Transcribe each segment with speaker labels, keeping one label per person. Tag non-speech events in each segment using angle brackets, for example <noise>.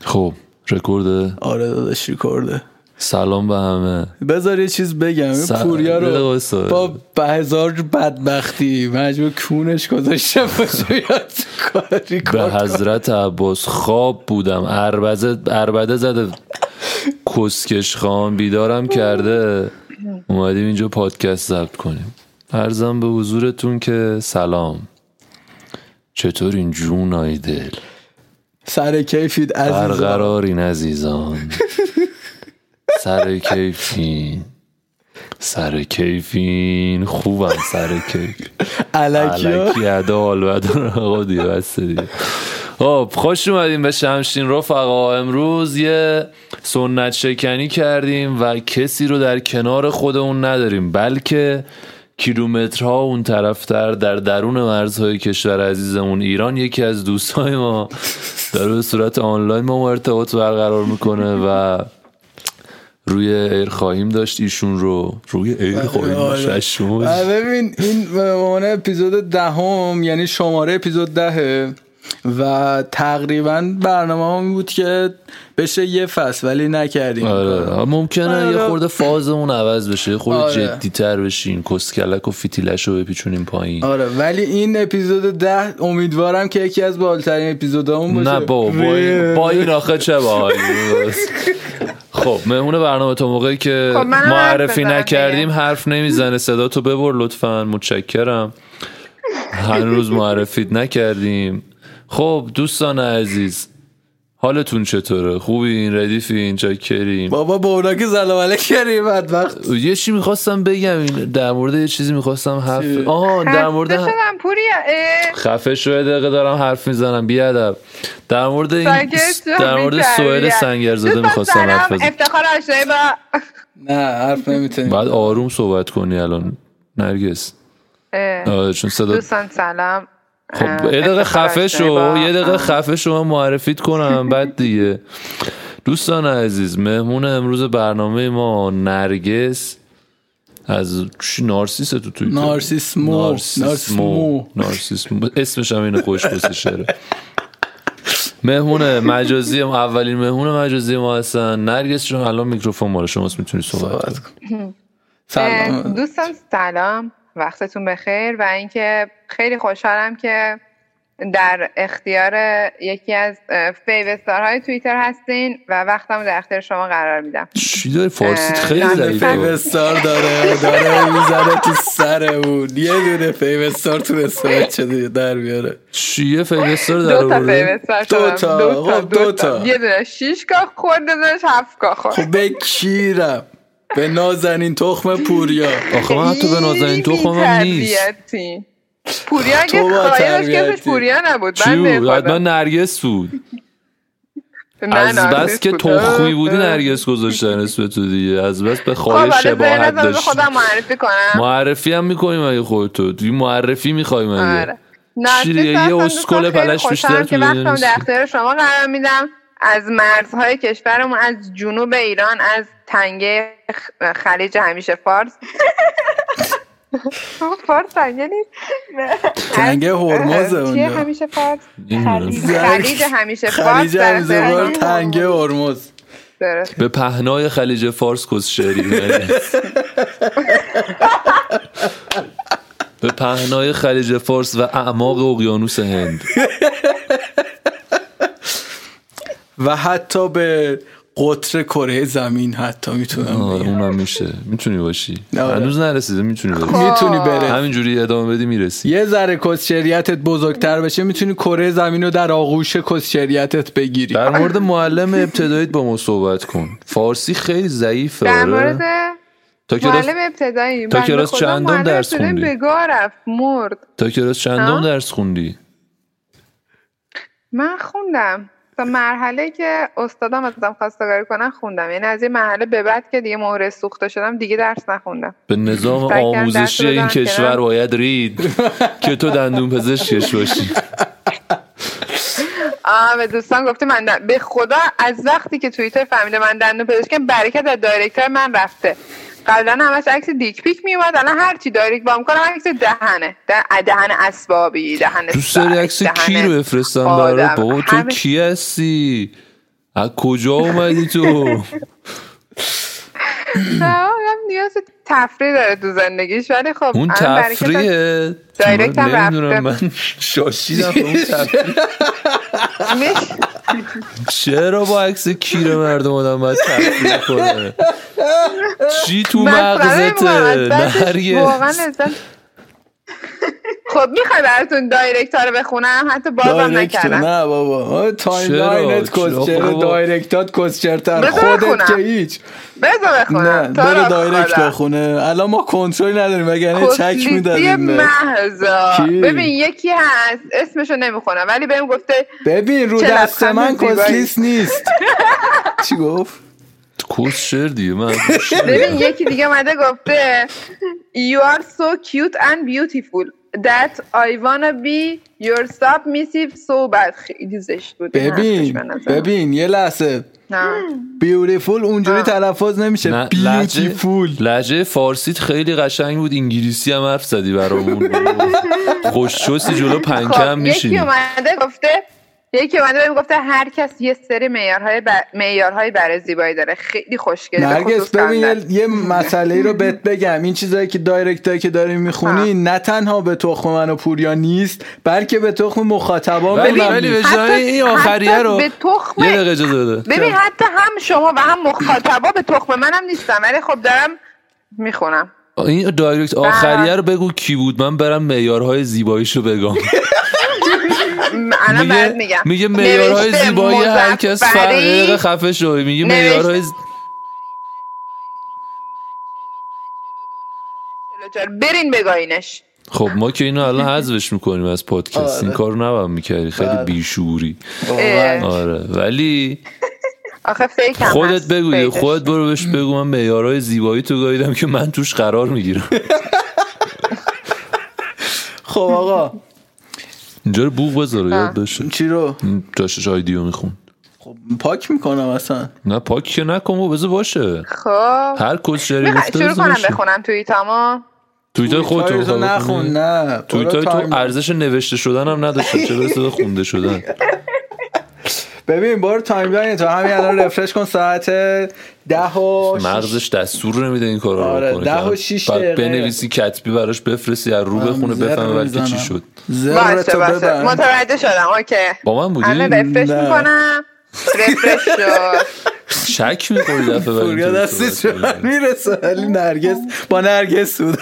Speaker 1: خب رکورد
Speaker 2: آره داداش ریکورده
Speaker 1: سلام به همه
Speaker 2: بذار یه چیز بگم
Speaker 1: س-
Speaker 2: پوریا
Speaker 1: یه دقیقه
Speaker 2: رو
Speaker 1: وایسا.
Speaker 2: با به هزار بدبختی مجبور کونش گذاشته باشه یا تو کار
Speaker 1: به
Speaker 2: ریکارد
Speaker 1: حضرت عباس خواب بودم عربزه عربده زده کسکش خان بیدارم کرده اومدیم اینجا پادکست ضبط کنیم ارزم به حضورتون که سلام چطور این جون آی دل
Speaker 2: سر کیفید عزیزم
Speaker 1: برقرارین عزیزان سر کیفین سر کیفین خوبم سر کیف
Speaker 2: علکی
Speaker 1: علکی ادا آلبدان آقا دیگه بس دیگه خب خوش اومدیم به شمشین رفقا امروز یه سنت شکنی کردیم و کسی رو در کنار خودمون نداریم بلکه کیلومترها اون طرفتر در درون مرزهای کشور عزیزمون ایران یکی از دوستای ما داره به صورت آنلاین با ما ارتباط برقرار میکنه و روی ایر خواهیم داشت ایشون رو روی ایر خواهیم داشت
Speaker 2: آره.
Speaker 1: ششمون.
Speaker 2: و ببین این به عنوان اپیزود دهم یعنی شماره اپیزود دهه و تقریبا برنامه هم این بود که بشه یه فصل ولی نکردیم
Speaker 1: آره ممکنه
Speaker 2: آره.
Speaker 1: یه خورده فازمون عوض بشه یه خورده
Speaker 2: آره.
Speaker 1: جدیتر بشیم کسکلک و فیتیلش رو بپیچونیم پایین
Speaker 2: آره ولی این اپیزود ده امیدوارم که یکی از بالترین اپیزودامون باشه
Speaker 1: نه با با این, با این آخه چه باحالی بود. خب مهمون برنامه تا موقعی که
Speaker 3: خب، منم
Speaker 1: معرفی
Speaker 3: حرف بزنم
Speaker 1: نکردیم حرف نمیزنه صدا تو ببر لطفا متشکرم هنوز معرفیت نکردیم خب دوستان عزیز حالتون چطوره خوبین ردیفین چاکرین
Speaker 2: بابا با اونا که سلام علیک کردیم <laughs> بدبخت
Speaker 1: یه چی میخواستم بگم این در مورد یه چیزی میخواستم حرف
Speaker 2: چی؟
Speaker 1: آها در مورد
Speaker 3: خسته شدم پوریا اه،
Speaker 1: خفه شو یه دقیقه دارم حرف میزنم بی ادب در مورد این
Speaker 3: ساکت شو،
Speaker 1: در مورد
Speaker 3: بی‌تربیت.
Speaker 1: سوئد سنگرزاده
Speaker 3: دوستان
Speaker 1: میخواستم حرف
Speaker 3: سلام،
Speaker 1: بزنم
Speaker 3: افتخار آشنایی با
Speaker 2: نه حرف نمیتونیم
Speaker 1: بعد آروم صحبت کنی الان نرگس
Speaker 3: اه،
Speaker 1: آره چون صدا
Speaker 3: دوستان سلام
Speaker 1: خب
Speaker 3: اه،
Speaker 1: یه دقیقه
Speaker 3: افتخار
Speaker 1: خفه
Speaker 3: آشنایی
Speaker 1: شو
Speaker 3: با-
Speaker 1: یه دقیقه
Speaker 3: اه.
Speaker 1: خفه شو من معرفیت کنم بعد دیگه دوستان عزیز مهمون امروز برنامه ما نرگس از چی نارسیسه تو توی
Speaker 2: نارسیسمو
Speaker 1: نارسیسمو
Speaker 2: نارسیسمو
Speaker 1: نارسیسمو اسمش هم اینه خوش گوشه شعره مهمون مجازی ما اولین مهمون مجازی ما هستن نرگس جون الان میکروفون مال شماست میتونی صحبت کنی
Speaker 2: صحبت کن.
Speaker 3: اه،
Speaker 2: سلام
Speaker 3: دوستان سلام وقتتون بخیر و اینکه خیلی خوشحالم که در اختیار یکی از فیو های توییتر هستین و وقتمو در اختیار شما قرار میدم
Speaker 1: چی داری فارسیت
Speaker 3: اه،
Speaker 1: خیلی
Speaker 3: نه،
Speaker 1: ضعیفه
Speaker 2: فیوستار داره داره میزنه تو سرمون یه دونه فیوستار تونسته بچه دیگه در بیاره
Speaker 1: چیه فیلستر در
Speaker 3: دو تا
Speaker 1: آورده؟
Speaker 3: فیو استار
Speaker 2: دو تا، خب دو
Speaker 3: دو
Speaker 2: تا.
Speaker 3: تا یه دونه شیش گاه خورد داشت هفت گاه خورد
Speaker 2: خب به کیرم به نازنین تخم پوریا
Speaker 1: آخه من خب، حتی به نازنین تو خواهم نیست
Speaker 3: بی‌تربیتی. پوریا اگه
Speaker 2: تو با
Speaker 3: خایرش که
Speaker 2: تربیتی.
Speaker 3: اسمش پوریا نبود
Speaker 1: چی
Speaker 3: من
Speaker 1: بود؟
Speaker 3: به خدا.
Speaker 1: حتما نرگس بود
Speaker 3: بله، نه،
Speaker 1: از
Speaker 3: نارسیس
Speaker 1: بس که
Speaker 3: بود.
Speaker 1: تخمی بودی
Speaker 3: اه، اه.
Speaker 1: نرگس گذاشتن اسم تو دیگه از بس به
Speaker 3: خب حالا
Speaker 1: خواهش
Speaker 3: ذهنت
Speaker 1: شباهت
Speaker 3: رو به
Speaker 1: داشتی
Speaker 3: خودم معرفی کنم
Speaker 1: معرفی هم میکنیم اگه خودتو دیگه معرفی میخوایم اگه
Speaker 3: آره نارسیس
Speaker 1: چی دیگه؟ یه
Speaker 3: هستم، دوستان
Speaker 1: اسکل
Speaker 3: خیلی
Speaker 1: پلش
Speaker 3: خوشحالم
Speaker 1: بیشتر تو
Speaker 3: که
Speaker 1: دنیا
Speaker 3: وقتم در
Speaker 1: نیست.
Speaker 3: اختیار شما قرار میدم از مرزهای کشورمون از جنوب ایران از تنگه خ- خلیج همیشه فارس <laughs> فارس تنگه نیست
Speaker 2: تنگه هرمزه
Speaker 3: چیه
Speaker 2: اونجا
Speaker 3: همیشه فارس
Speaker 1: نمی‌دونم.
Speaker 3: خلیج خلیج همیشه فارس
Speaker 2: خلیج
Speaker 3: در
Speaker 2: عزیزبار
Speaker 3: اختیار-
Speaker 2: تنگه هرمز
Speaker 3: درست.
Speaker 1: به پهنای خلیج فارس کس شعری نرس. به پهنای خلیج فارس و اعماق اقیانوس هند
Speaker 2: و حتی به قطر کره زمین حتی میتونم
Speaker 1: آره،
Speaker 2: بگم.
Speaker 1: اونم میشه میتونی باشی
Speaker 2: آره.
Speaker 1: هنوز نرسیده میتونی باشی
Speaker 2: میتونی
Speaker 3: خب.
Speaker 2: بره
Speaker 1: همینجوری ادامه بدی میرسی
Speaker 2: یه ذره کسشریتت بزرگتر بشه میتونی کره زمین رو در آغوش کسشریتت بگیری
Speaker 1: در
Speaker 3: آره.
Speaker 1: مورد معلم ابتداییت با ما صحبت کن فارسی خیلی ضعیفه
Speaker 3: در
Speaker 1: آره
Speaker 3: مورد
Speaker 1: تا کلاس
Speaker 3: معلم ابتدایی
Speaker 1: تا
Speaker 3: بنده
Speaker 1: کلاس
Speaker 3: خدا
Speaker 1: چندم
Speaker 3: معلم
Speaker 1: درس
Speaker 3: ابتدایی
Speaker 1: خوندی؟
Speaker 3: به گاه رفت مرد
Speaker 1: تا کلاس چندم
Speaker 3: ها؟
Speaker 1: درس خوندی
Speaker 3: من خوندم تا مرحله که استادم ازم خواستگاری کنن خوندم یعنی از یه مرحله به بعد که دیگه مهره سوخته شدم دیگه درس نخوندم
Speaker 1: به نظام
Speaker 3: سعی کردم
Speaker 1: آموزشی
Speaker 3: دست رو
Speaker 1: این
Speaker 3: بزنم
Speaker 1: کشور
Speaker 3: کنار.
Speaker 1: باید رید که تو دندون پزشکش باشی
Speaker 3: آه به دوستان گفته من دن- به خدا از وقتی که توییتر فهمیده من دندون پزشکم برکت از دایرکتر من رفته قبلا همش عکس دیک پیک می اومد الان هر چی دایرکت با میکنم عکس دهنه ده- دهن اسبابی دهن
Speaker 1: دوست داری
Speaker 3: سگ،
Speaker 1: عکس کی
Speaker 3: دهن
Speaker 1: رو بفرستم
Speaker 3: آدم.
Speaker 1: برات بابا تو
Speaker 3: همه-
Speaker 1: کی هستی از کجا اومدی
Speaker 3: <laughs> آره،
Speaker 1: تو
Speaker 3: نه، آدم نیاز به تفریح داره تو زندگیش ولی خب
Speaker 1: اون
Speaker 3: الان برای که
Speaker 1: تفریه
Speaker 3: دایرکت هم رفته.
Speaker 1: نمیدونم من شاشیدم به اون
Speaker 3: <laughs>
Speaker 1: تفریح
Speaker 3: تا- می-
Speaker 1: چرا با عکس کیر مردم آدم باید تفریح کنه چی <laughs> تو
Speaker 3: مسخره
Speaker 1: مغزته
Speaker 3: می‌کنم. از بعدش واقعا
Speaker 1: نرگس
Speaker 3: لذت- <laughs> خب میخوای براتون دایرکت ها رو بخونم حتی بازم
Speaker 2: دایرکت
Speaker 3: نکردم
Speaker 2: نه بابا تایم لاینت
Speaker 1: چرا؟ خب؟
Speaker 2: کسچر
Speaker 1: بابا.
Speaker 2: دایرکتات کسچرتر
Speaker 3: بذار
Speaker 2: خودت
Speaker 3: بخونم.
Speaker 2: که هیچ
Speaker 3: بذار
Speaker 2: نه
Speaker 3: بخونم تا
Speaker 2: برو
Speaker 3: را
Speaker 2: دایرکت
Speaker 3: خدا.
Speaker 2: بخونه الان ما کنترل نداریم وگرنه چک
Speaker 3: خصوصی
Speaker 2: میدادیم
Speaker 3: محضا.
Speaker 2: کی؟
Speaker 3: ببین یکی هست اسمشو نمیخونم ولی بهم گفته
Speaker 2: ببین رو
Speaker 3: چه
Speaker 2: دست
Speaker 3: لبخند
Speaker 2: من
Speaker 3: زیبایی.
Speaker 2: کسلیس نیست چی گفت
Speaker 1: کس شر دیگه
Speaker 3: <laughs>
Speaker 1: من
Speaker 3: ببین یکی دیگه اومده گفته You are so cute and beautiful That I wanna be your submissive so bad خیلی زشت بود این حرفش به
Speaker 2: ببین
Speaker 3: نظرم.
Speaker 2: ببین یه لحظه
Speaker 3: نه.
Speaker 2: بیوتیفول اونجوری
Speaker 3: آه.
Speaker 2: تلفظ نمیشه
Speaker 1: نه، لهجه-
Speaker 2: بیوتیفول
Speaker 1: لهجه فارسیت خیلی قشنگ بود انگلیسی هم حرف زدی برامون خوشچوسی جلو
Speaker 3: خب
Speaker 1: پنکم
Speaker 3: یکی
Speaker 1: میشینی
Speaker 3: اومده گفته یکی اومده بهم گفته هر کس یه سری معیارهای بر... معیارهای برای زیبایی داره خیلی خوشگله به
Speaker 2: نرگس
Speaker 3: خصوص
Speaker 2: ببین
Speaker 3: کندن.
Speaker 2: یه, یه مسئله رو بهت بگم این چیزایی که دایرکت هایی که داری میخونی
Speaker 3: ها.
Speaker 2: نه تنها به تخم من و پوریا نیست بلکه به تخم مخاطبان
Speaker 1: ولی
Speaker 2: ببین
Speaker 1: ولی به جای این
Speaker 3: حتی
Speaker 1: آخریه رو
Speaker 3: به تخم
Speaker 1: یه دقیقه اجازه بده
Speaker 3: ببین حتی هم شما و هم مخاطبا به تخم منم نیستم ولی خب دارم میخونم
Speaker 1: این دایرکت
Speaker 3: بله.
Speaker 1: آخریه رو بگو کی بود من برم معیارهای زیباییشو
Speaker 3: <laughs>
Speaker 1: بگم
Speaker 3: الان برات میگم
Speaker 1: میگه معیارهای
Speaker 3: نوشته
Speaker 1: زیبایی هر کس فرق
Speaker 3: مزفری-
Speaker 1: یه دقیقه خفه شو میگه
Speaker 3: نوشته-
Speaker 1: معیارهای ز-
Speaker 3: برین بگاینش
Speaker 1: خب ما که اینو الان حذفش میکنیم از پادکست این
Speaker 2: آره.
Speaker 1: کار نباید میکردی خیلی
Speaker 2: بله.
Speaker 1: بیشوری
Speaker 2: واقعاً.
Speaker 1: آره ولی
Speaker 3: آخه فیک هم
Speaker 1: خودت
Speaker 3: هست،
Speaker 1: بگو دیگه.
Speaker 3: فیکش.
Speaker 1: خودت برو بهش بگو من معیارهای زیبایی تو گاییدم که من توش قرار میگیرم
Speaker 2: خب آقا
Speaker 1: اینجا رو بوق بذاره یاد بشه
Speaker 2: چی رو
Speaker 1: این جاشش آیدیو میخون
Speaker 2: خب پاک میکنم اصلا
Speaker 1: نه پاک که نکن و بذار باشه
Speaker 3: خب
Speaker 1: هر کس شری
Speaker 3: می‌خوای
Speaker 1: گفته
Speaker 3: شروع
Speaker 1: بذار
Speaker 3: کنم
Speaker 1: باشه
Speaker 3: بخونم توییتامو
Speaker 1: توییتر خودت
Speaker 2: توییتای
Speaker 1: رو
Speaker 2: تو
Speaker 1: خدا
Speaker 2: نخون
Speaker 1: کنی.
Speaker 2: نه
Speaker 1: توییتای
Speaker 2: برو
Speaker 1: تو
Speaker 2: تایم-
Speaker 1: ارزش نوشته شدن هم نداشته چه برسه به خونده شدن
Speaker 2: ببین برو تایم لاین تو همین
Speaker 3: <laughs>
Speaker 2: الان رفرش کن ساعت ده و شیش.
Speaker 1: مغزش دستور نمیده این کارا رو
Speaker 2: آره،
Speaker 1: بکنه
Speaker 2: ده
Speaker 1: که
Speaker 2: و شیش
Speaker 1: بعد
Speaker 2: دقیقه.
Speaker 1: بنویسی کتبی براش بفرستی از رو بخونه
Speaker 2: زر
Speaker 1: بفهمه بعد که چی
Speaker 2: می‌زنم.
Speaker 1: شد
Speaker 2: زر
Speaker 3: باشه
Speaker 2: تو
Speaker 3: باشه
Speaker 2: ببر
Speaker 3: متوجه شدم اوکی
Speaker 1: با من
Speaker 3: الان
Speaker 1: بودی
Speaker 3: رفرش
Speaker 2: نه.
Speaker 3: میکنم رفرش شد
Speaker 1: شک می‌خوری دفعه بعد
Speaker 2: پوریا
Speaker 1: اینطوری
Speaker 2: دستش
Speaker 1: صحبت
Speaker 2: به
Speaker 1: کنی.
Speaker 2: من میرسه ولی نرگس با نرگس بود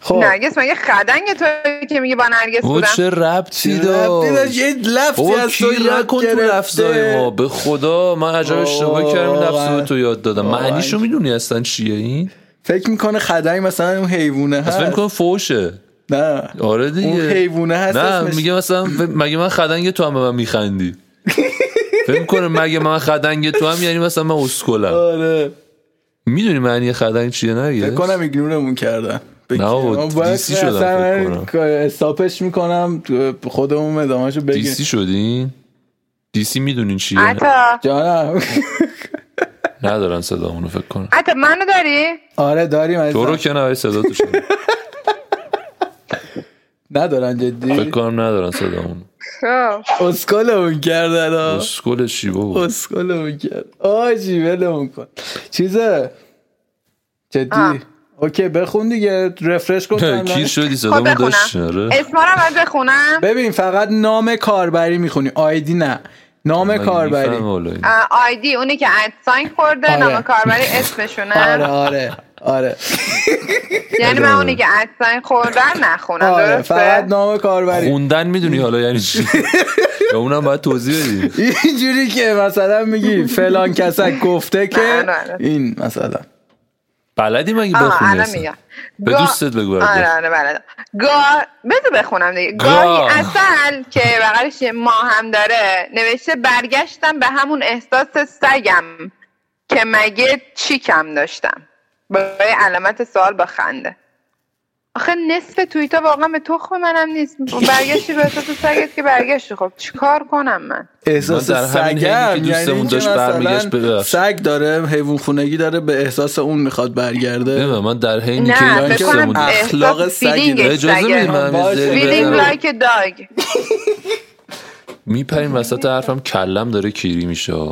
Speaker 2: خب
Speaker 3: نرگس مگه خدنگ توی که میگه با نرگس
Speaker 1: او
Speaker 3: بودم
Speaker 1: چه ربطی
Speaker 2: ربطی
Speaker 1: داشت
Speaker 2: داشت؟ یه لفظی
Speaker 1: بابا
Speaker 2: از تو
Speaker 1: کی
Speaker 2: یاد
Speaker 1: نکن تو
Speaker 2: گرفته.
Speaker 1: لفظای ما به خدا من عجب اشتباه
Speaker 2: آه،
Speaker 1: کردم این لفظ رو
Speaker 2: واقعا.
Speaker 1: به تو یاد دادم
Speaker 2: واقعا.
Speaker 1: معنیشو میدونی اصلا چیه این
Speaker 2: فکر میکنه خدنگ مثلا اون حیوونه
Speaker 1: از فکر
Speaker 2: هست
Speaker 1: کنم فوشه
Speaker 2: نه
Speaker 1: آره
Speaker 2: اون
Speaker 1: دیگه
Speaker 2: حیوونه هست
Speaker 1: نه
Speaker 2: اسمش.
Speaker 1: میگه مثلا ف- مگه من خدنگ تو هم به من
Speaker 2: <laughs>
Speaker 1: میخندی فکر کنه مگه من خدنگ تو هم یعنی مثلا من اسکلم
Speaker 2: آره
Speaker 1: میدونی معنی خدنگ چیه
Speaker 2: فکر
Speaker 1: نرگس
Speaker 2: کنم ایگنورمون کردن بگیر.
Speaker 1: نه بابا،
Speaker 2: من باید
Speaker 1: دیسی شدم
Speaker 2: اصلا
Speaker 1: فکر
Speaker 2: من استاپش میکنم خودمون ادامهشو بگیر
Speaker 1: دیسی شدین دیسی میدونین چیه
Speaker 3: عطا
Speaker 2: جانم <laughs>
Speaker 1: ندارن صدامونو فکر کنم
Speaker 3: عطا منو داری؟
Speaker 2: آره داریم
Speaker 1: تو رو
Speaker 2: عزیزم
Speaker 1: که نه ولی صدا تو
Speaker 2: <laughs>
Speaker 1: شنیدم.
Speaker 2: ندارن
Speaker 1: فکر
Speaker 2: جدی
Speaker 1: کنم ندارن صدامونو
Speaker 3: خب
Speaker 2: اسکلمون کردن ها
Speaker 1: اسکل چی بابا
Speaker 2: اسکلمون کرد آجی ولمون کن چیزه
Speaker 3: آه.
Speaker 2: جدی اوکی بخون دیگه رفرش
Speaker 1: <laughs>
Speaker 2: کن
Speaker 1: کی
Speaker 2: تایملاین.
Speaker 1: شدی
Speaker 3: خب
Speaker 1: صدامون داشت
Speaker 3: بخونم
Speaker 1: آره
Speaker 3: اسما رو باید بخونم
Speaker 2: ببین فقط نام کاربری میخونی آیدی نه نام
Speaker 1: مگه
Speaker 2: کاربری
Speaker 1: میفهمه حالا این؟
Speaker 3: آه، آیدی اونی که ادساین خورده
Speaker 2: آره.
Speaker 3: نام کاربری
Speaker 2: آره
Speaker 3: اسمشونه
Speaker 2: آره آره
Speaker 3: یعنی من اونی که ادساین خوردن نخونم
Speaker 2: آره فقط
Speaker 3: درسته؟
Speaker 2: نام کاربری
Speaker 1: خوندن میدونی حالا یعنی
Speaker 2: <laughs>
Speaker 1: چی یا اونم باید توضیح بدی
Speaker 2: اینجوری که مثلا میگی فلان کسک گفته که
Speaker 3: نه، نه.
Speaker 2: این مثلا
Speaker 1: بلدی مگه
Speaker 3: آه
Speaker 1: بخونی
Speaker 3: الان
Speaker 1: اصلا؟
Speaker 3: میگم
Speaker 1: به
Speaker 3: گا-
Speaker 1: دوستت بگو برات
Speaker 3: آره
Speaker 1: بخون.
Speaker 3: آره بلدم گاه بذار بخونم دیگه
Speaker 1: گاه.
Speaker 3: گاهی اصل که بغلش یه ما هم داره نوشته برگشتم به همون احساس سگم که مگه چی کم داشتم برای علامت سوال با خنده آخه نصف توییتا واقعا به تخم منم نیست برگشتی به احساس سگت که برگشتی خب چیکار کنم من
Speaker 2: احساس
Speaker 1: من در همین
Speaker 2: سگم
Speaker 1: حینی که
Speaker 2: یعنی
Speaker 1: دوستمون
Speaker 2: اینکه
Speaker 1: داشت برمیگشت به-
Speaker 2: مثلا
Speaker 1: ببخش.
Speaker 2: سگ داره حیوان خونگی داره به احساس اون میخواد برگرده
Speaker 1: نمیدونم من در حینی که
Speaker 3: نه
Speaker 1: اینا
Speaker 3: فکر
Speaker 2: کسمون
Speaker 3: کنم
Speaker 1: کسمون
Speaker 2: اخ- اخلاق
Speaker 3: احساس
Speaker 2: سگی
Speaker 3: فیلینگش
Speaker 1: اجازه میدی
Speaker 3: سگه
Speaker 1: من یه
Speaker 2: باشه.
Speaker 1: ذره
Speaker 3: فیلینگ
Speaker 1: بزنم
Speaker 3: لایک داگ
Speaker 1: میپرین وسط حرفم کلم داره کیری میشه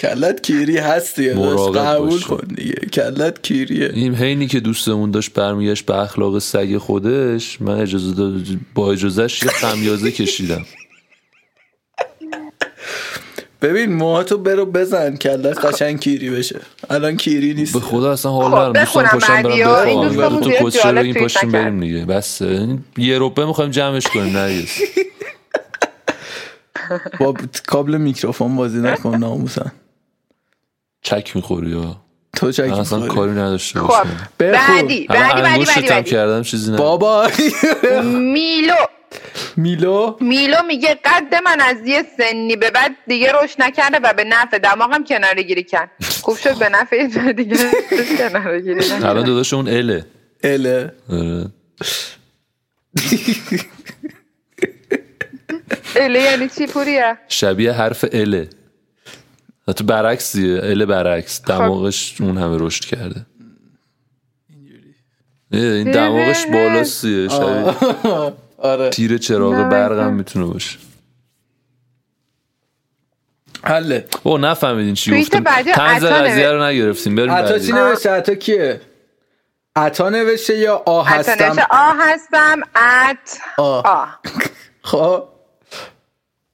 Speaker 2: کلت کیری هستی
Speaker 1: مراقب
Speaker 2: قبول
Speaker 1: باش.
Speaker 2: کن دیگه کلت کیریه
Speaker 1: این حینی که دوستمون داشت برمیگشت به اخلاق سگ خودش من اجازه داد- با اجازهش یه خمیازه کشیدم
Speaker 2: ببین موهاتو برو بزن کلت قشنگ کیری بشه الان کیری نیست
Speaker 1: به خدا اصلا حال
Speaker 3: خب،
Speaker 1: ندارم دوستان
Speaker 3: بخونم
Speaker 1: پاشم برم
Speaker 3: بعدی ها. این
Speaker 1: بخوام
Speaker 3: دوستان
Speaker 1: ولی تو
Speaker 3: زیاد
Speaker 1: کچه رو
Speaker 3: جالب
Speaker 1: این
Speaker 3: توییت
Speaker 1: پاشیم
Speaker 3: نکرد.
Speaker 1: بریم دیگه بس یه روپه میخوایم جمعش کنیم نرگس
Speaker 2: با کابل میکروفون بازی نکن ناموسن
Speaker 1: چک میخوری ها
Speaker 2: تو چکی
Speaker 1: من اصلا
Speaker 2: می‌خوری.
Speaker 1: کاری نداشته
Speaker 3: خب
Speaker 1: باشم
Speaker 2: بخون.
Speaker 3: بعدی
Speaker 1: الان
Speaker 3: بعدی بعدی بعدی,
Speaker 1: انگشتم
Speaker 3: بعدی.
Speaker 1: کردم چیزی نه
Speaker 2: بابا
Speaker 3: میلو
Speaker 2: <laughs> میلو
Speaker 3: میلو میگه قد من از یه سنی به بعد دیگه روش نکرده و به نفع دماغم کناره گیری کرد خوب شد به نفع یه جای دیگه کناره گیری نکرد.
Speaker 1: الان داداش اون اله
Speaker 2: اله
Speaker 1: آره.
Speaker 3: اله یعنی چی پوریا
Speaker 1: شبیه حرف اله حتی برعکس دیگه ال
Speaker 3: خب.
Speaker 1: برعکس دماغش اون همه رشد کرده نه، این دماغش بالاستیه شبیه
Speaker 2: آره
Speaker 1: تیر چراغ برقم میتونه باشه
Speaker 2: حله
Speaker 1: او نفهمیدین چی
Speaker 3: توییت
Speaker 1: گفتیم
Speaker 3: بعدی
Speaker 1: تنز
Speaker 3: عطا
Speaker 1: قضیه
Speaker 3: نوشت.
Speaker 1: رو نگرفتیم بریم
Speaker 2: عطا
Speaker 1: بعدی
Speaker 2: چی نوشته عطا کیه عطا نوشته یا آ
Speaker 3: حتی نوشته
Speaker 2: هستم
Speaker 3: آ هستم ات
Speaker 2: آ.
Speaker 3: آ
Speaker 2: خب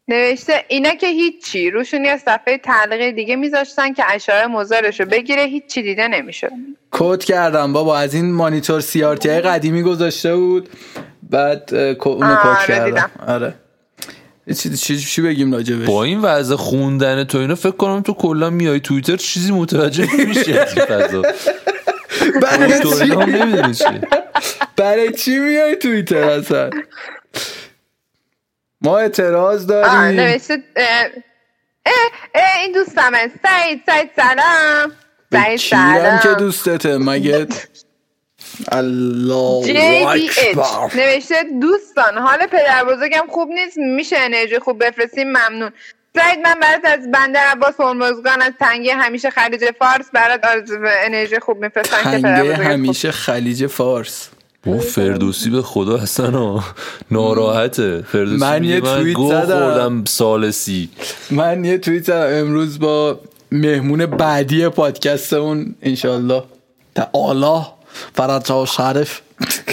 Speaker 3: نوشته اینا که هیچی روشون یه صفحه تعلیقی دیگه میذاشتن که اشاره مزارشو بگیره هیچی دیده نمیشد
Speaker 2: کد کردم بابا از این مانیتور سی آر
Speaker 3: آره.
Speaker 2: تی قدیمی گذاشته بود بعد اه، کو- اونو
Speaker 3: آه،
Speaker 2: کد
Speaker 3: آره،
Speaker 2: کردم
Speaker 3: دیدم.
Speaker 2: آره چی, چی, چی بگیم راجبش
Speaker 1: با این وضع خوندن تو اینا فکر کنم تو کلا میای توییتر چیزی متوجه
Speaker 2: <laughs>
Speaker 1: نمیشه از این فضا
Speaker 2: <laughs> برای
Speaker 1: تو
Speaker 2: چی
Speaker 1: اینا هم نمی‌دونی چیه.
Speaker 2: برای چی میای توییتر اصلا ما اعتراض
Speaker 3: آه
Speaker 2: داریم
Speaker 3: نوشته اه اه، اه، این دوستمه سعید سعید سلام
Speaker 2: به
Speaker 3: سعید
Speaker 2: کیرم
Speaker 3: سلام
Speaker 2: که دوستته
Speaker 3: <laughs>
Speaker 2: مگه الله
Speaker 3: JDH
Speaker 2: اکبر
Speaker 3: نوشته دوستان حال پدر بزرگم خوب نیست میشه انرژی خوب بفرستیم ممنون سعید من برات از بندر عباس هرمزگان از تنگه همیشه خلیج فارس برات آرزو و انرژی خوب میفرستم که پدر
Speaker 2: تنگه
Speaker 3: بزرگت خوب
Speaker 2: همیشه خلیج فارس
Speaker 1: اون فردوسی به خدا اصلا آه، ناراحته فردوسی
Speaker 2: من
Speaker 1: میگه
Speaker 2: یه توییت
Speaker 1: گوه
Speaker 2: زدم.
Speaker 1: خوردم سالسی
Speaker 2: من یه توییت امروز با مهمون بعدی پادکستمون انشالله تعالی فرجا شرف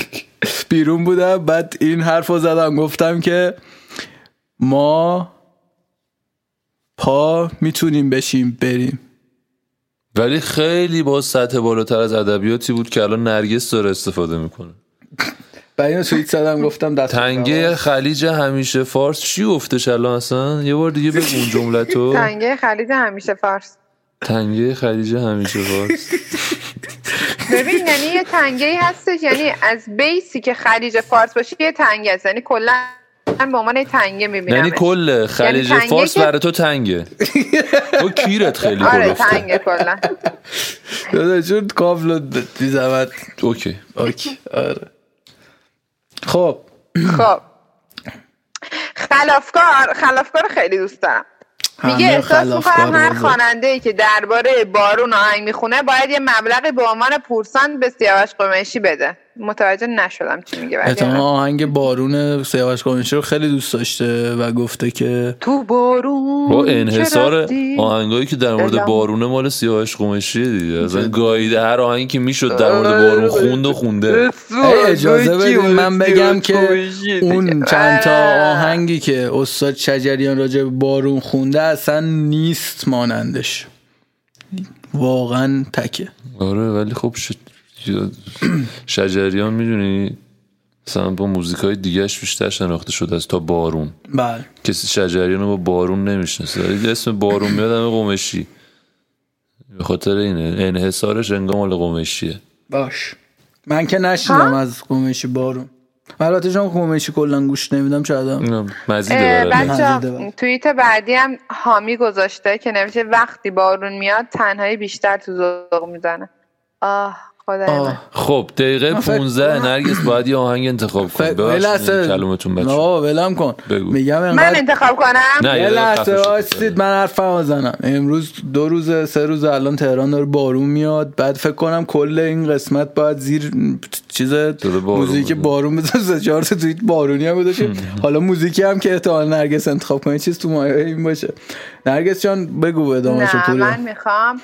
Speaker 2: <laughs> بیرون بودم بعد این حرف رو زدم گفتم که ما پا میتونیم بشیم بریم
Speaker 1: ولی خیلی با سطح بالاتر از ادبیاتی بود که الان نرگس داره استفاده میکنه
Speaker 2: بعد اینو توییت زدم گفتم دست
Speaker 1: تنگه خلیج همیشه فارس چی گفتش الان اصلا یه بار دیگه بگو اون جمله
Speaker 3: <laughs>
Speaker 1: تو
Speaker 3: تنگه خلیج همیشه فارس
Speaker 1: تنگه خلیج همیشه فارس
Speaker 3: ببین یعنی یه تنگه ای هستش یعنی از بیسی که خلیج فارس باشه یه تنگه است یعنی کلا من به عنوان یه تنگه میبینم
Speaker 1: یعنی کل خلیج
Speaker 3: یعنی تنگه
Speaker 1: فارس
Speaker 3: که-
Speaker 1: برای تو تنگه تو کیرت خیلی
Speaker 3: آره
Speaker 1: کلفته
Speaker 3: تنگه کلا
Speaker 2: داداش جون کابلو بی زحمت
Speaker 1: اوکی
Speaker 2: اوکی آره خب
Speaker 3: خب خلافکار خلافکار خیلی دوست دارم میگه
Speaker 2: همه
Speaker 3: احساس
Speaker 2: خلافکار
Speaker 3: میکنم هر
Speaker 2: بازه.
Speaker 3: خواننده ای که درباره بارون آهنگ میخونه باید یه مبلغی به عنوان پورسان به سیاوش قمیشی بده متوجه نشدم چی میگه ولی
Speaker 2: اتمام آهنگ بارون سیاوش کامنشی رو خیلی دوست داشته و گفته که
Speaker 3: تو بارون
Speaker 1: با
Speaker 3: چه
Speaker 1: انحصار
Speaker 3: رفتی؟
Speaker 1: آهنگایی که در مورد
Speaker 3: دلم.
Speaker 1: بارونه مال سیاهش قمشی دیگه اصلا گاییده هر آهنگی که میشد در مورد
Speaker 3: آره،
Speaker 1: بارون خوند و خونده
Speaker 2: ای اجازه بدید من بگم که اون چند تا
Speaker 3: آه.
Speaker 2: آهنگی که استاد شجریان راجع به بارون خونده اصلا نیست مانندش واقعا تکه
Speaker 1: آره ولی خب ش... شجریان میدونی مثلا با موزیکای دیگهش بیشتر شناخته شده است تا بارون
Speaker 2: بله
Speaker 1: کسی شجریان رو با بارون نمیشناسه ولی اسم بارون میاد همه قمشی به خاطر اینه انحصارش انگار مال قمشیه
Speaker 2: باش من که نشیدم از قومشی بارون البته چون قومشی کلا گوش نمیدم چقدر
Speaker 1: اینم مزیده
Speaker 3: اه،
Speaker 1: برای من.
Speaker 3: بچه ها،
Speaker 2: نزدیده بر.
Speaker 3: توییت بعدی هم حامی گذاشته که نوشته وقتی بارون میاد تنهایی بیشتر تو ذوق میزنه آه خدای من
Speaker 2: آه.
Speaker 1: خب دقیقه 15 نرگس باید یه آهنگ انتخاب
Speaker 2: ف-
Speaker 1: کن
Speaker 3: خب،
Speaker 2: یه
Speaker 1: ببخشید
Speaker 2: لحظه.
Speaker 1: این کلومتون
Speaker 2: نه
Speaker 1: بچه
Speaker 2: بابا، ولم کن
Speaker 1: بله. بگو.
Speaker 2: میگم
Speaker 3: من
Speaker 2: انقدر
Speaker 3: انتخاب کنم
Speaker 1: نه
Speaker 2: یه
Speaker 1: یه
Speaker 2: لحظه
Speaker 1: دقیقه خفه شد.
Speaker 2: وایسید من حرف بزنم امروز دو روز سه روز الان تهران داره بارون میاد بعد فکر کنم کل این قسمت باید زیر چیز
Speaker 1: بارون
Speaker 2: موزیک
Speaker 1: بده.
Speaker 2: بارون بذار سه چهار تا توییت بارونی
Speaker 1: <laughs>
Speaker 2: هم بذار که <laughs> حالا موزیکی هم که احتمال نرگس انتخاب کنه چیز تو مایه این باشه نرگس جان بگو به ادامه
Speaker 3: نه
Speaker 2: چطوری
Speaker 3: من میخوام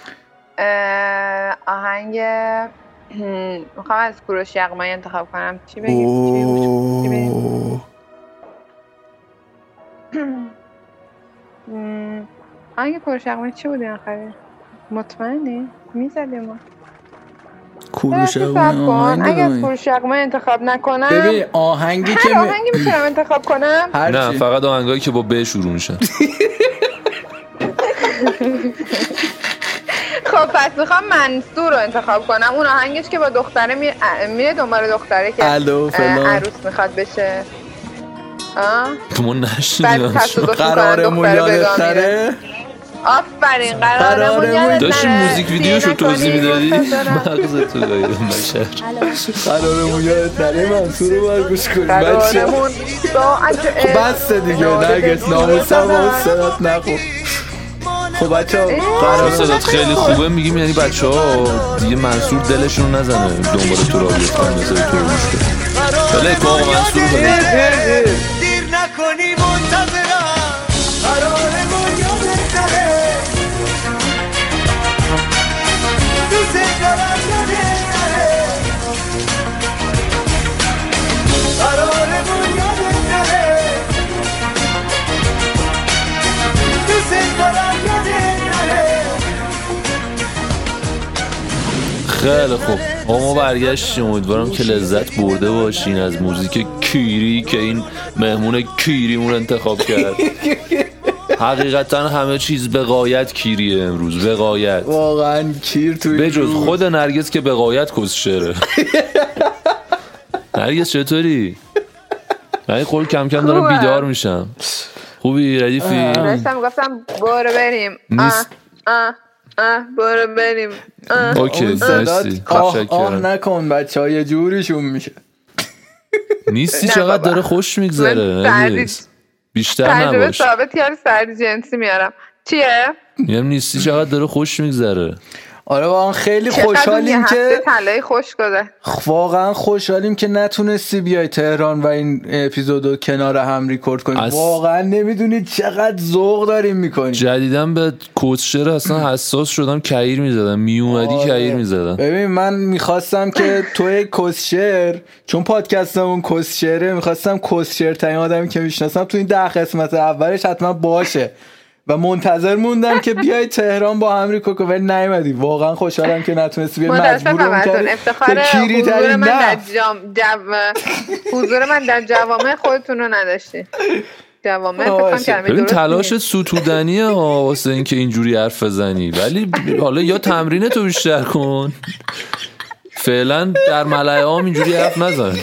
Speaker 3: اه، آهنگ <clears throat> میخوام از کوروش یغمایی انتخاب کنم چی بگیم چی گوش چی بریم؟
Speaker 2: اوه.
Speaker 3: م، آهنگ کوروش یغمایی چی بودی آخری مطمئنی میزدی ما
Speaker 2: کوروش
Speaker 3: ببخشید،
Speaker 2: اون
Speaker 3: صبر کن.
Speaker 2: آهنگ
Speaker 3: اگه از
Speaker 2: رو.
Speaker 3: کوروش یغمایی انتخاب نکنم
Speaker 2: ببین آهنگی که
Speaker 3: هر
Speaker 2: می-
Speaker 3: آهنگی میتونم انتخاب کنم
Speaker 2: هر
Speaker 1: نه
Speaker 2: چی.
Speaker 1: فقط آهنگایی که با ب شروع میشن <laughs>
Speaker 3: خب پس میخوام منصور رو انتخاب کنم اون آهنگش که با دختره می- ا- میره دنبال دختره که
Speaker 2: الو،
Speaker 3: اه،
Speaker 2: فلان.
Speaker 3: عروس میخواد بشه آه
Speaker 1: تو ما
Speaker 3: بعد
Speaker 1: نشنیدم
Speaker 3: تصادف می‌کنن،
Speaker 2: قرارمون
Speaker 3: دختره
Speaker 2: یادت
Speaker 3: بگاه میره.
Speaker 2: سره؟
Speaker 3: آفرین
Speaker 2: قرارمون
Speaker 3: قرارمون یادت
Speaker 1: داشتی
Speaker 3: نره.
Speaker 1: موزیک ویدیوشو
Speaker 3: سینه
Speaker 1: توضیح
Speaker 3: کنی،
Speaker 1: میدادی
Speaker 3: دوست دارم.
Speaker 1: مغز تو داییدم بشر
Speaker 2: قرارمون یادت نره منصور رو باید گوش کنیم بچه
Speaker 3: قرارمون ساعت
Speaker 2: بس دیگه نرگس ناموسم و صدات نخور خب بچه ها
Speaker 1: چون صدات خیلی خوبه میگیم یعنی بچه ها دیگه منصور دلشون نزنه دنبال تو را بیفتن مثل تو رو گوش کنه. بله، که آقا منصور بده.
Speaker 4: دیر نکنی منتظرم قرارمون یادت نره دوست دارم یادت نره قرارمون یادت نره دوست دارم یادت نره
Speaker 1: خیلی خوب آقا ما برگشتیم امیدوارم که لذت برده باشین از موزیک کیری که این مهمون کیریمون انتخاب کرد حقیقتا همه چیز به قایت کیریه امروز به قایت
Speaker 2: واقعا کیر توی
Speaker 1: به جز
Speaker 2: روز.
Speaker 1: خود نرگس که به قایت کس
Speaker 2: <laughs>
Speaker 1: شعره نرگس چطوری؟ من یه خورد کم کم دارم
Speaker 3: خوبم.
Speaker 1: بیدار میشم خوبی ردیفی؟
Speaker 3: داشتم گفتم برو بریم آه
Speaker 1: نیست.
Speaker 3: آه آه برو بریم آه.
Speaker 1: اوکی
Speaker 2: اون صدات
Speaker 1: مرسی
Speaker 2: آه آه
Speaker 1: متشکرم.
Speaker 2: نکن بچه ها یه جوریشون میشه
Speaker 1: نیستی
Speaker 3: نه
Speaker 1: چقدر
Speaker 3: بابا.
Speaker 1: داره خوش
Speaker 3: من
Speaker 1: میگذره
Speaker 3: سردی-
Speaker 1: نرگس بیشتر
Speaker 3: تجربه
Speaker 1: نباش
Speaker 3: ثابت یار سر جنسی میارم چیه؟
Speaker 1: میگم نیستی چقدر داره خوش میگذره
Speaker 2: آره واقعا خیلی
Speaker 3: چقدر اون یه
Speaker 2: خوشحالیم
Speaker 3: هفته
Speaker 2: که
Speaker 3: طلایی خوش گذشت
Speaker 2: واقعا خوشحالیم که نتونستی بیای تهران و این اپیزودو کنار هم ریکورد کنیم
Speaker 1: از-
Speaker 2: واقعا نمیدونی چقدر ذوق داریم میکنیم
Speaker 1: جدیدا به کسشر اصلا حساس شدم کهیر میزدم میومدی
Speaker 2: آره.
Speaker 1: کهیر میزدم
Speaker 2: ببین من میخواستم که توی کسشر چون پادکستمون کسشره میخواستم کسشر ترین آدمی که میشناسم تو این ده قسمت اولش حتما باشه و منتظر موندم که بیای تهران با هم ریکو کنی، ولی نیومدی واقعا خوشحالم که نتونستی بیای
Speaker 3: متاسفم
Speaker 2: مجبورم
Speaker 3: از
Speaker 2: کردی
Speaker 3: افتخار
Speaker 2: که کیری
Speaker 3: حضور
Speaker 2: ترین
Speaker 3: من در
Speaker 2: نه
Speaker 3: جام جو- حضور من در جوامع خودتون رو نداشتی جوامع فکر کنم
Speaker 2: باشه.
Speaker 3: کلمه
Speaker 1: ببین
Speaker 3: درست
Speaker 1: تلاش
Speaker 3: نیست.
Speaker 1: ستودنیه ها واسه اینکه اینجوری حرف بزنی ولی حالا یا تمرین تو بیشتر کن فعلا در ملعه هم اینجوری حرف نزن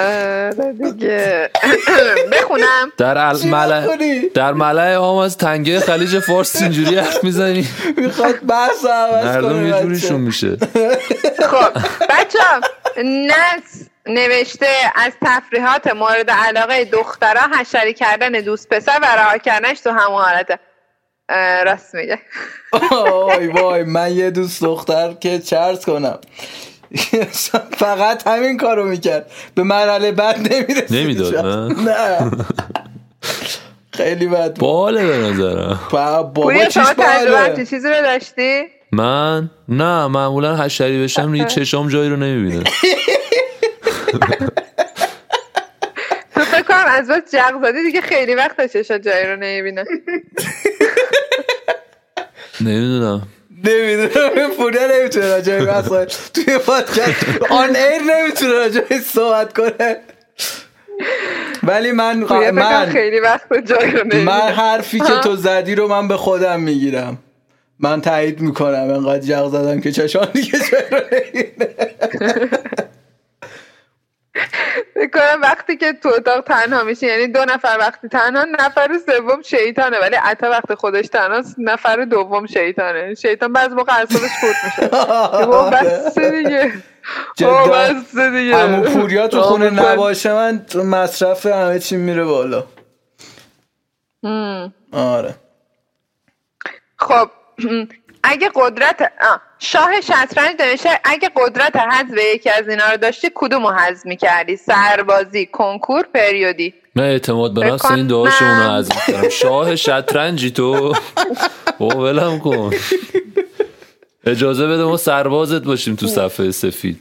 Speaker 3: آره دیگه <coughs> بخونم
Speaker 1: در ال... ملع...
Speaker 2: می‌خونی؟
Speaker 1: در ملعه هم از تنگه خلیج فارس اینجوری حرف میزنی
Speaker 2: میخواد بحث رو عوض
Speaker 1: مردم
Speaker 2: کنه
Speaker 1: یه
Speaker 2: بچه.
Speaker 1: جوریشون میشه
Speaker 3: خب بچه نس نوشته از تفریحات مورد علاقه دخترها حشری کردن دوست پسر و رها کردنش تو همون حالته اه، راست میگه
Speaker 2: وای وای من یه دوست دختر که چرس کنم فقط همین کارو میکرد به مرحله بعد نمیرسید
Speaker 1: نمیداد، نه؟
Speaker 2: نه خیلی بد بود.
Speaker 1: باله به نظرم
Speaker 2: با- بابا
Speaker 3: پوری
Speaker 2: چیش
Speaker 3: شما تجربه همچین
Speaker 2: باله
Speaker 3: چیزی رو داشتی؟
Speaker 1: من نه معمولا حشری بشم دیگه چشام جایی رو نمیبینه
Speaker 3: تو فکر کنم از بس جغ زدی دیگه خیلی وقت چشا جایی رو نمیبینه
Speaker 2: خب،
Speaker 1: نمیدونم
Speaker 2: نمیدونم پوره نمیتونه راجع به مسائل توی پادکست آن ایر نمیتونه راجع به صحبت کنه ولی من
Speaker 3: پوری فکر کنم
Speaker 2: من
Speaker 3: خیلی وقت جایی رو
Speaker 2: من
Speaker 3: نمیبینه
Speaker 2: حرفی که تو زدی رو من به خودم میگیرم من تایید میکنم انقدر جغ زدم که چشان دیگه چرا نمی‌بینه.
Speaker 3: میکنم وقتی که تو اتاق تنها میشه یعنی دو نفر وقتی تنها نفر سوم شیطانه ولی عطا وقتی خودش تنهاست نفر دوم شیطانه شیطان بعض موقع اعصابش خورد میشه بابا بس دیگه
Speaker 2: جدا.
Speaker 3: بابا بس دیگه
Speaker 2: عمو پوریا تو خونه
Speaker 3: عمو پور-
Speaker 2: نباشه من مصرف همه چی میره بالا
Speaker 3: مم.
Speaker 2: آره
Speaker 3: خب اگه قدرت آه. شاه شطرنج نوشته اگه قدرت حذف یکی از اینا رو داشتی کدوم رو حذف میکردی سربازی کنکور پریودی
Speaker 1: نه اعتماد به نفس
Speaker 3: بکنم.
Speaker 1: این دعاشون رو از می‌کنم. شاه شطرنجی تو او ولم کن اجازه بده ما سربازت باشیم تو صفحه سفید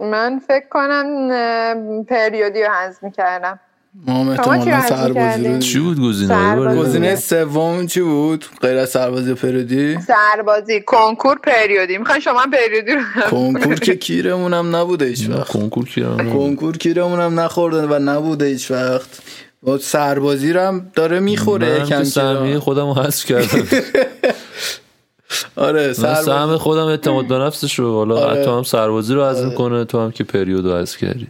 Speaker 3: من فکر کنم اه، پریودی رو حذف میکردم
Speaker 2: ما هم
Speaker 3: چی
Speaker 2: احتمالا
Speaker 3: راحت
Speaker 2: سربازی رو
Speaker 3: می‌کردی؟
Speaker 1: چی بود گزینه‌ها؟ یه بار
Speaker 3: سرباز.
Speaker 1: دیگه.
Speaker 2: گزینه سوم چی بود غیر از سربازی پرودی
Speaker 3: سربازی کنکور پریودی میخوان شما هم پریودی رو
Speaker 2: کنکور که کیرمون هم نبوده هیچ
Speaker 1: نه،
Speaker 2: وقت
Speaker 1: کنکور کیرم
Speaker 2: کنکور کیرمون هم نخورده و نبوده هیچ وقت با سربازی رو هم داره میخوره
Speaker 1: من
Speaker 2: یکم
Speaker 1: تو سهمیه
Speaker 2: کیرا.
Speaker 1: خودم رو حذف
Speaker 2: <laughs>
Speaker 1: کردم
Speaker 2: آره
Speaker 1: من
Speaker 2: سرباز
Speaker 1: سهم خودم اعتماد به نفسش رو بالا
Speaker 2: آره.
Speaker 1: تو هم سربازی رو از میکنه تو هم که پریود رو حذف کردی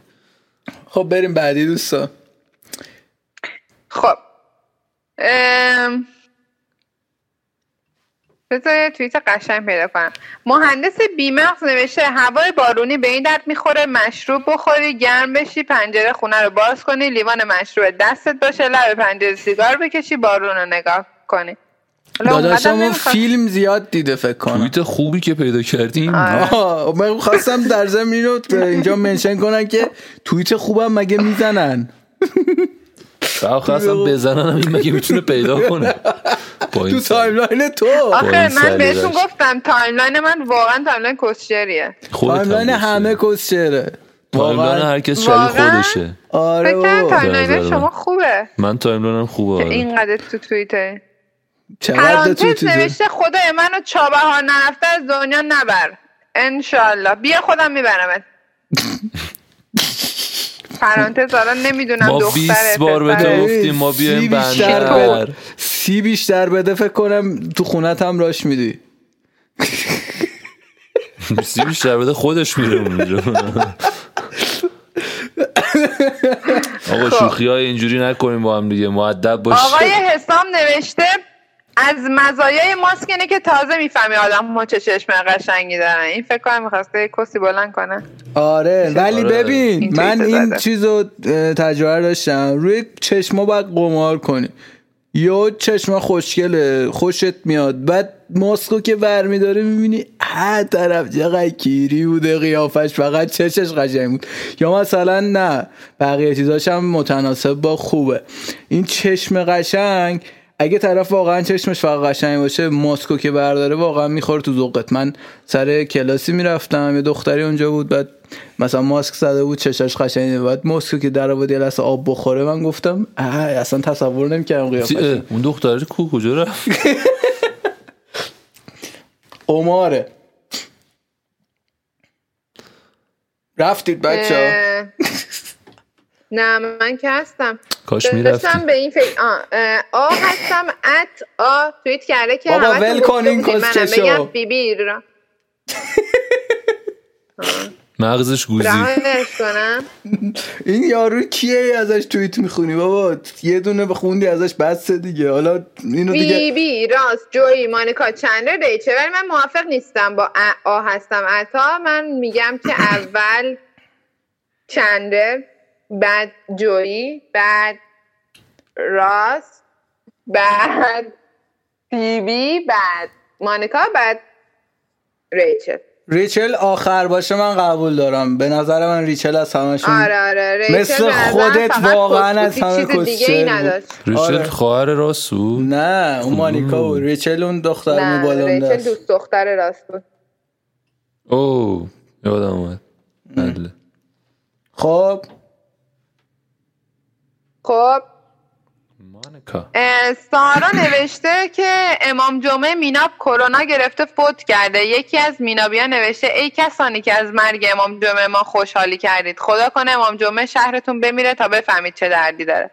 Speaker 2: خب بریم بعدی دوستا
Speaker 3: خب ام، بذار یه توییت قشنگ پیدا کنم مهندس بیمغز نوشته هوای بارونی به این درد میخوره مشروب بخوری گرم بشی پنجره خونه رو باز کنی لیوان مشروب دستت باشه لب پنجره سیگار بکشی بارون رو نگاه کنی حالا اونقدر
Speaker 2: داداشمون
Speaker 3: نمی‌خوام.
Speaker 2: فیلم زیاد دیده فکر کنم
Speaker 1: توییت خوبی که پیدا کردیم
Speaker 2: آره. آها خب من خواستم در زمین رو اینجا منشن کنن که توییت خوبم مگه میزنن
Speaker 1: آخه اصلا بزنن این مگه میتونه پیدا کنه با این
Speaker 2: <laughs> تو
Speaker 1: سر.
Speaker 2: تایملاین تو
Speaker 1: با این
Speaker 3: آخه من
Speaker 1: سلیقش.
Speaker 3: بهشون گفتم تایملاین من واقعا تایملاین کسچریه
Speaker 1: خودت هم
Speaker 2: تایملاین
Speaker 1: گفتی.
Speaker 2: همه کسچره
Speaker 1: تایملاین
Speaker 2: واقعا
Speaker 1: هر کس شبیه
Speaker 3: واقعاً؟
Speaker 1: خودشه
Speaker 2: آره
Speaker 3: فکر کردم
Speaker 2: بابا.
Speaker 1: به
Speaker 3: تایملاین
Speaker 1: نظر
Speaker 3: شما
Speaker 1: من.
Speaker 3: خوبه
Speaker 1: من تایملاینم خوبه
Speaker 3: که
Speaker 1: آره. <laughs>
Speaker 3: اینقدر تو توییتری
Speaker 2: چقدر تو
Speaker 3: پرانتز
Speaker 2: تو
Speaker 3: نوشته خدای منو چابه ها نرفته از دنیا نبر انشالله بیا خودم میبرمت پرانتز حالا نمیدونم
Speaker 1: ما
Speaker 3: دختره
Speaker 1: 20 بار به
Speaker 2: آره.
Speaker 3: پسره.
Speaker 1: تو گفتیم ما بیایم بندر
Speaker 2: سی بیشتر بده فکر کنم تو خونت هم راش میدی
Speaker 1: سی بیشتر بده خودش میره اونجا <laughs> آقا
Speaker 3: خب.
Speaker 1: شوخی های اینجوری نکنیم با هم دیگه مؤدب
Speaker 3: آقای
Speaker 1: باشه
Speaker 3: حسام نوشته از مزایای ماسک اینه که تازه میفهمی آدم ها چه چشم قشنگی دارن این فکر کنم میخواسته یه کسی بلند کنه
Speaker 2: آره ولی
Speaker 1: آره.
Speaker 2: ببین
Speaker 3: این
Speaker 2: من
Speaker 3: توییت
Speaker 2: این
Speaker 3: زده.
Speaker 2: چیزو اه، تجربه رو داشتم روی چشما باید قمار کنی یا چشما خوشگله خوشت میاد بعد ماسکو که برمیداره میبینی هر طرف چقدر کیری بوده قیافش فقط چشش قشنگ بود یا مثلا نه بقیه چیزاش هم متناسب با خوبه این چشم قشنگ اگه طرف واقعا چشمش فقط قشنگ باشه ماسکو که برداره واقعا میخوره تو ذوقت من سر کلاسی میرفتم یه دختری اونجا بود بعد مثلا ماسک زده بود چشاش قشنگه بعد ماسکو که در آورد یه لحظه آب بخوره من گفتم اه، اصلا تصور نمیکردم
Speaker 1: سی-
Speaker 2: قیافش
Speaker 1: اه، <laughs> اون دختره کو کجا رفت
Speaker 2: عمره رفتید بچه
Speaker 3: اه، نه من که هستم
Speaker 1: کاش میرفتی
Speaker 3: داشتم به این فکر آه, اه، آ هستم ات آ توییت کرده که
Speaker 2: بابا،
Speaker 3: همه
Speaker 2: ول کن این کسکشو.
Speaker 3: بگم بی بی را
Speaker 1: مغزش گوزی
Speaker 3: رهایش کنم
Speaker 2: این یارو کیه ازش توییت میخونی بابا یه دونه خوندی ازش بس دیگه حالا اینو
Speaker 3: بی
Speaker 2: <laughs> دیگه
Speaker 3: بی راست جوی مانیکا چندر ریچه ولی من موافق نیستم با ا, آ هستم اتا من میگم که اول چندر بعد جوی بعد راست بعد بی بی بعد مانیکا بعد ریچل
Speaker 2: ریچل آخر باشه من قبول دارم به نظر من ریچل از همشون
Speaker 3: آره آره ریچل
Speaker 2: مثل
Speaker 3: به نظرم
Speaker 2: خودت
Speaker 3: فقط
Speaker 2: واقعاً از
Speaker 3: کسکوتی،
Speaker 2: همه
Speaker 3: چیز دیگه ای
Speaker 2: کسچر بود.
Speaker 3: نداشت
Speaker 1: ریچل
Speaker 2: آره.
Speaker 1: خواهر راست بود
Speaker 2: نه اون مانیکا و ریچل اون دختر
Speaker 3: نه
Speaker 2: موبایل
Speaker 3: ریچل
Speaker 2: است
Speaker 3: دوست دختر راست بود
Speaker 1: اوه یادم اومد بله.
Speaker 2: خب
Speaker 3: خب
Speaker 1: مانیکا
Speaker 3: اه، سارا نوشته که امام جمعه میناب کرونا گرفته فوت کرده یکی از مینابیا نوشته ای کسانی که از مرگ امام جمعه ما خوشحالی کردید خدا کنه امام جمعه شهرتون بمیره تا بفهمید چه
Speaker 2: <laughs>
Speaker 3: دردی داره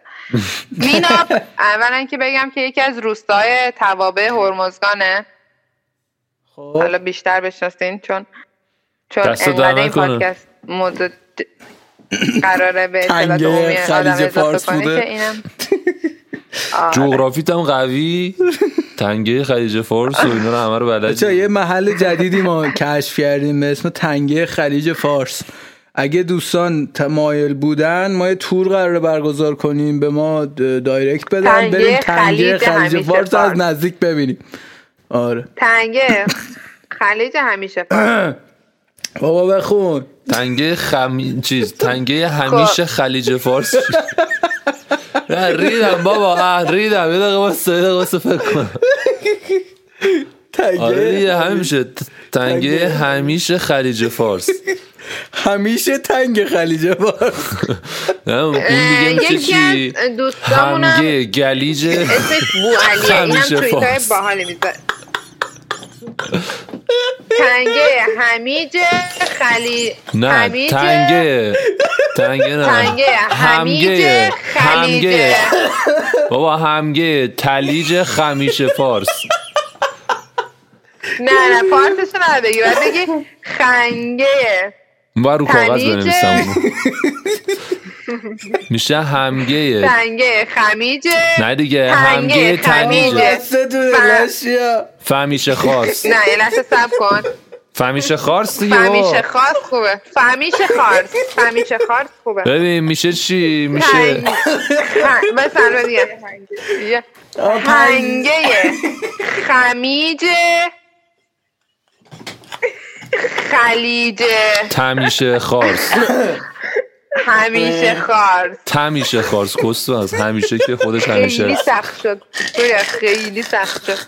Speaker 3: میناب اولا که بگم که یکی از روستاهای توابع هرمزگانه
Speaker 2: خب
Speaker 3: حالا بیشتر بشناسین چون چون
Speaker 1: دست
Speaker 3: انقدر
Speaker 1: در
Speaker 3: این
Speaker 1: نکنه.
Speaker 3: پادکست مدت قراره به اطلاعات
Speaker 2: تنگه
Speaker 3: عمومی آدم
Speaker 2: خلیج
Speaker 3: اضافه
Speaker 2: فارس
Speaker 3: کنی
Speaker 2: بوده.
Speaker 3: که اینم آره.
Speaker 1: جغرافیت هم
Speaker 3: <laughs>
Speaker 1: قوی تنگه خلیج فارس و اینا رو همه رو
Speaker 2: بچه‌ها،
Speaker 1: بلدی
Speaker 2: یه محل جدیدی ما کشف کردیم به اسم تنگه خلیج فارس اگه دوستان تمایل بودن ما یه تور قراره برگزار کنیم به ما د- دایرکت بدن
Speaker 3: تنگه
Speaker 2: بریم تنگه
Speaker 3: خلیج
Speaker 2: خلیج
Speaker 3: همیشه
Speaker 2: فارس رو از
Speaker 3: فارس.
Speaker 2: نزدیک ببینیم آره
Speaker 3: تنگه خلیج همیشه
Speaker 2: بابا بخون
Speaker 1: تنگه خم...
Speaker 3: <laughs>
Speaker 1: چیز تنگه همیشه خلیج فارس نه، ریدم بابا اه، ریدم یه دقیقه واسه- یه دقیقه واسه فکر کنم
Speaker 2: تنگه
Speaker 1: آره دیگه همیشه ت- تنگه همیشه خلیج فارس
Speaker 2: همیشه تنگ خلیج فارس
Speaker 1: نه، اون دیگه
Speaker 3: اه،
Speaker 1: میشه
Speaker 3: یکی از
Speaker 1: چی
Speaker 3: دوستامونم
Speaker 1: همگه گلیج
Speaker 3: اسمش بو علیه اینم
Speaker 1: همیشه
Speaker 3: توییتای
Speaker 1: فارس.
Speaker 3: باحالی میذاره تنگه همیج خلی
Speaker 1: نه
Speaker 3: همیج-
Speaker 1: تنگه تنگه نه
Speaker 3: تنگه همیج
Speaker 1: همگه
Speaker 3: خلیج
Speaker 1: همگه بابا همگه تلیج خمیشه فارس
Speaker 3: نه نه پارتش رو بگی باید بگی خنگه
Speaker 1: من باید رو کاغذ
Speaker 3: تلیج.
Speaker 1: بنویسم اونو. میشه
Speaker 3: بله.
Speaker 1: همگه
Speaker 3: تنگه خمیج
Speaker 1: نه دیگه
Speaker 3: تنگه،
Speaker 1: همگه
Speaker 3: تنیجه.
Speaker 1: تنیجه
Speaker 2: دستتونه
Speaker 3: فهم.
Speaker 2: رشیا
Speaker 1: فمیشه خارس
Speaker 3: نه یه لحظه سب کن
Speaker 1: فمیشه خارس دیگه بابا
Speaker 3: فهمیشه خاص خوبه فهمیشه خارس فهمیشه خارس خوبه
Speaker 1: ببین میشه چی میشه
Speaker 3: تنگ- خ- بس الان دیگه. یه-
Speaker 2: آه، پنج.
Speaker 3: تنگه خمیج خلیج
Speaker 1: تمیشه خارس
Speaker 3: همیشه خارس
Speaker 1: تمیشه خارس کستو از همیشه که خودش همیشه
Speaker 3: خیلی
Speaker 1: است.
Speaker 3: سخت شد بویا خیلی سخت شد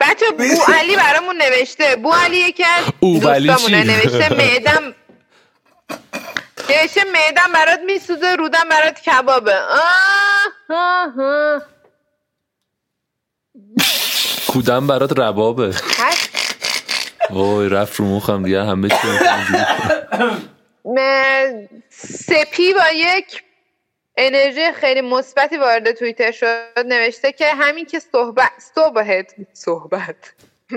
Speaker 3: بچه بو علی برامون نوشته بو علی یکی از
Speaker 1: او بلی
Speaker 3: دوستامونه
Speaker 1: چی؟
Speaker 3: نوشته معدم نوشته معدم برات میسوزه رودم برات کبابه آه، آه، آه.
Speaker 1: کودم برات ربابه
Speaker 3: هست
Speaker 1: وای رفت رو مخم دیگه همه چی
Speaker 3: م- سپی با یک انرژی خیلی مثبتی وارد توییتر شد نوشته که همین که صحبت صبحت صحبت <laughs>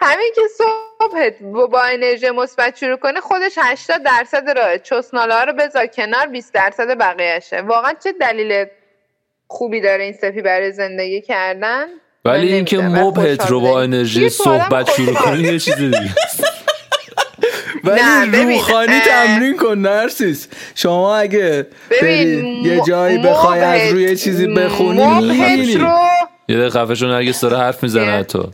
Speaker 3: همین که صبحت با با انرژی مثبت شروع کنه خودش 80 درصد راه چسناله ها رو بذار کنار 20 درصد بقیهشه واقعا چه دلیل خوبی داره این سپی برای زندگی کردن من
Speaker 1: ولی اینکه
Speaker 3: نمی‌دونم. من
Speaker 1: مبهت رو با
Speaker 3: خوشحال
Speaker 1: انرژی
Speaker 3: بودم. یه خب. آدم
Speaker 1: صحبت شروع
Speaker 3: خوشحال.
Speaker 1: کنی یه چیز دیگه است.
Speaker 3: نه،
Speaker 2: ولی
Speaker 3: ببین،
Speaker 2: روخانی
Speaker 3: اه.
Speaker 2: تمرین کن نرسیس شما اگه بری
Speaker 3: ببین
Speaker 2: یه
Speaker 3: م-
Speaker 2: جایی بخوای از
Speaker 3: مبهت-
Speaker 2: روی چیزی بخونی
Speaker 3: مبهت
Speaker 2: می‌بینی.
Speaker 3: رو
Speaker 1: یه دقیقه خفشون هرگز داره حرف میزنه تو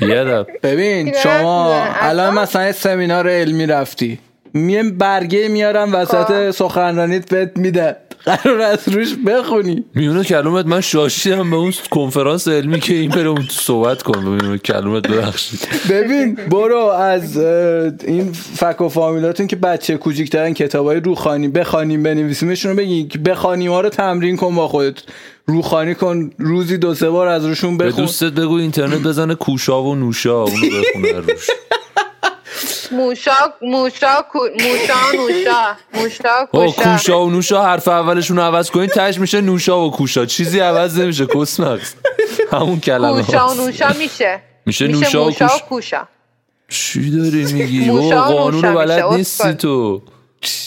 Speaker 1: یه دب
Speaker 2: ببین
Speaker 3: دیگه
Speaker 2: شما
Speaker 3: حرف می‌زنه.
Speaker 2: الان
Speaker 3: اصلا؟
Speaker 2: مثلا یه سمینار علمی رفتی یه برگه میارم وسط
Speaker 3: آه.
Speaker 2: سخنرانیت بهت میدن قرار از روش بخونی
Speaker 1: میونه کلومت من شاشیدم به اون کنفرانس علمی که این بره اون تو صحبت کن به میونه کلومت ببخشید
Speaker 2: ببین برو از اه، این فک و فامیلاتون که بچه کوچیکترن کتابای روخانی بخوانیم بنویسیمشون رو بگین که بخوانیم ها رو تمرین کن با خودت روخانی کن روزی دو سه بار از روشون
Speaker 1: به
Speaker 2: بخون
Speaker 1: دوستت بگو اینترنت بزنه کوشا و نوشا اونو
Speaker 3: <laughs>
Speaker 1: بخونه روش
Speaker 3: موشا موشا کو- موشا نوشا موشا
Speaker 1: او
Speaker 3: کوشا
Speaker 1: کوشا و نوشا حرف اولشون رو عوض کنین تش میشه نوشا و کوشا چیزی عوض نمیشه کسمقص همون کلمه
Speaker 3: کوشا و
Speaker 1: هاست.
Speaker 3: نوشا میشه
Speaker 1: میشه
Speaker 3: میشه
Speaker 1: نوشا و
Speaker 3: موشا و
Speaker 1: کوش-
Speaker 3: کوشا
Speaker 1: چی داری میگی
Speaker 3: موشا
Speaker 1: او
Speaker 3: و
Speaker 1: قانون
Speaker 3: نوشا
Speaker 1: رو بلد
Speaker 3: میشه،
Speaker 1: نیستی
Speaker 3: اسکل.
Speaker 1: تو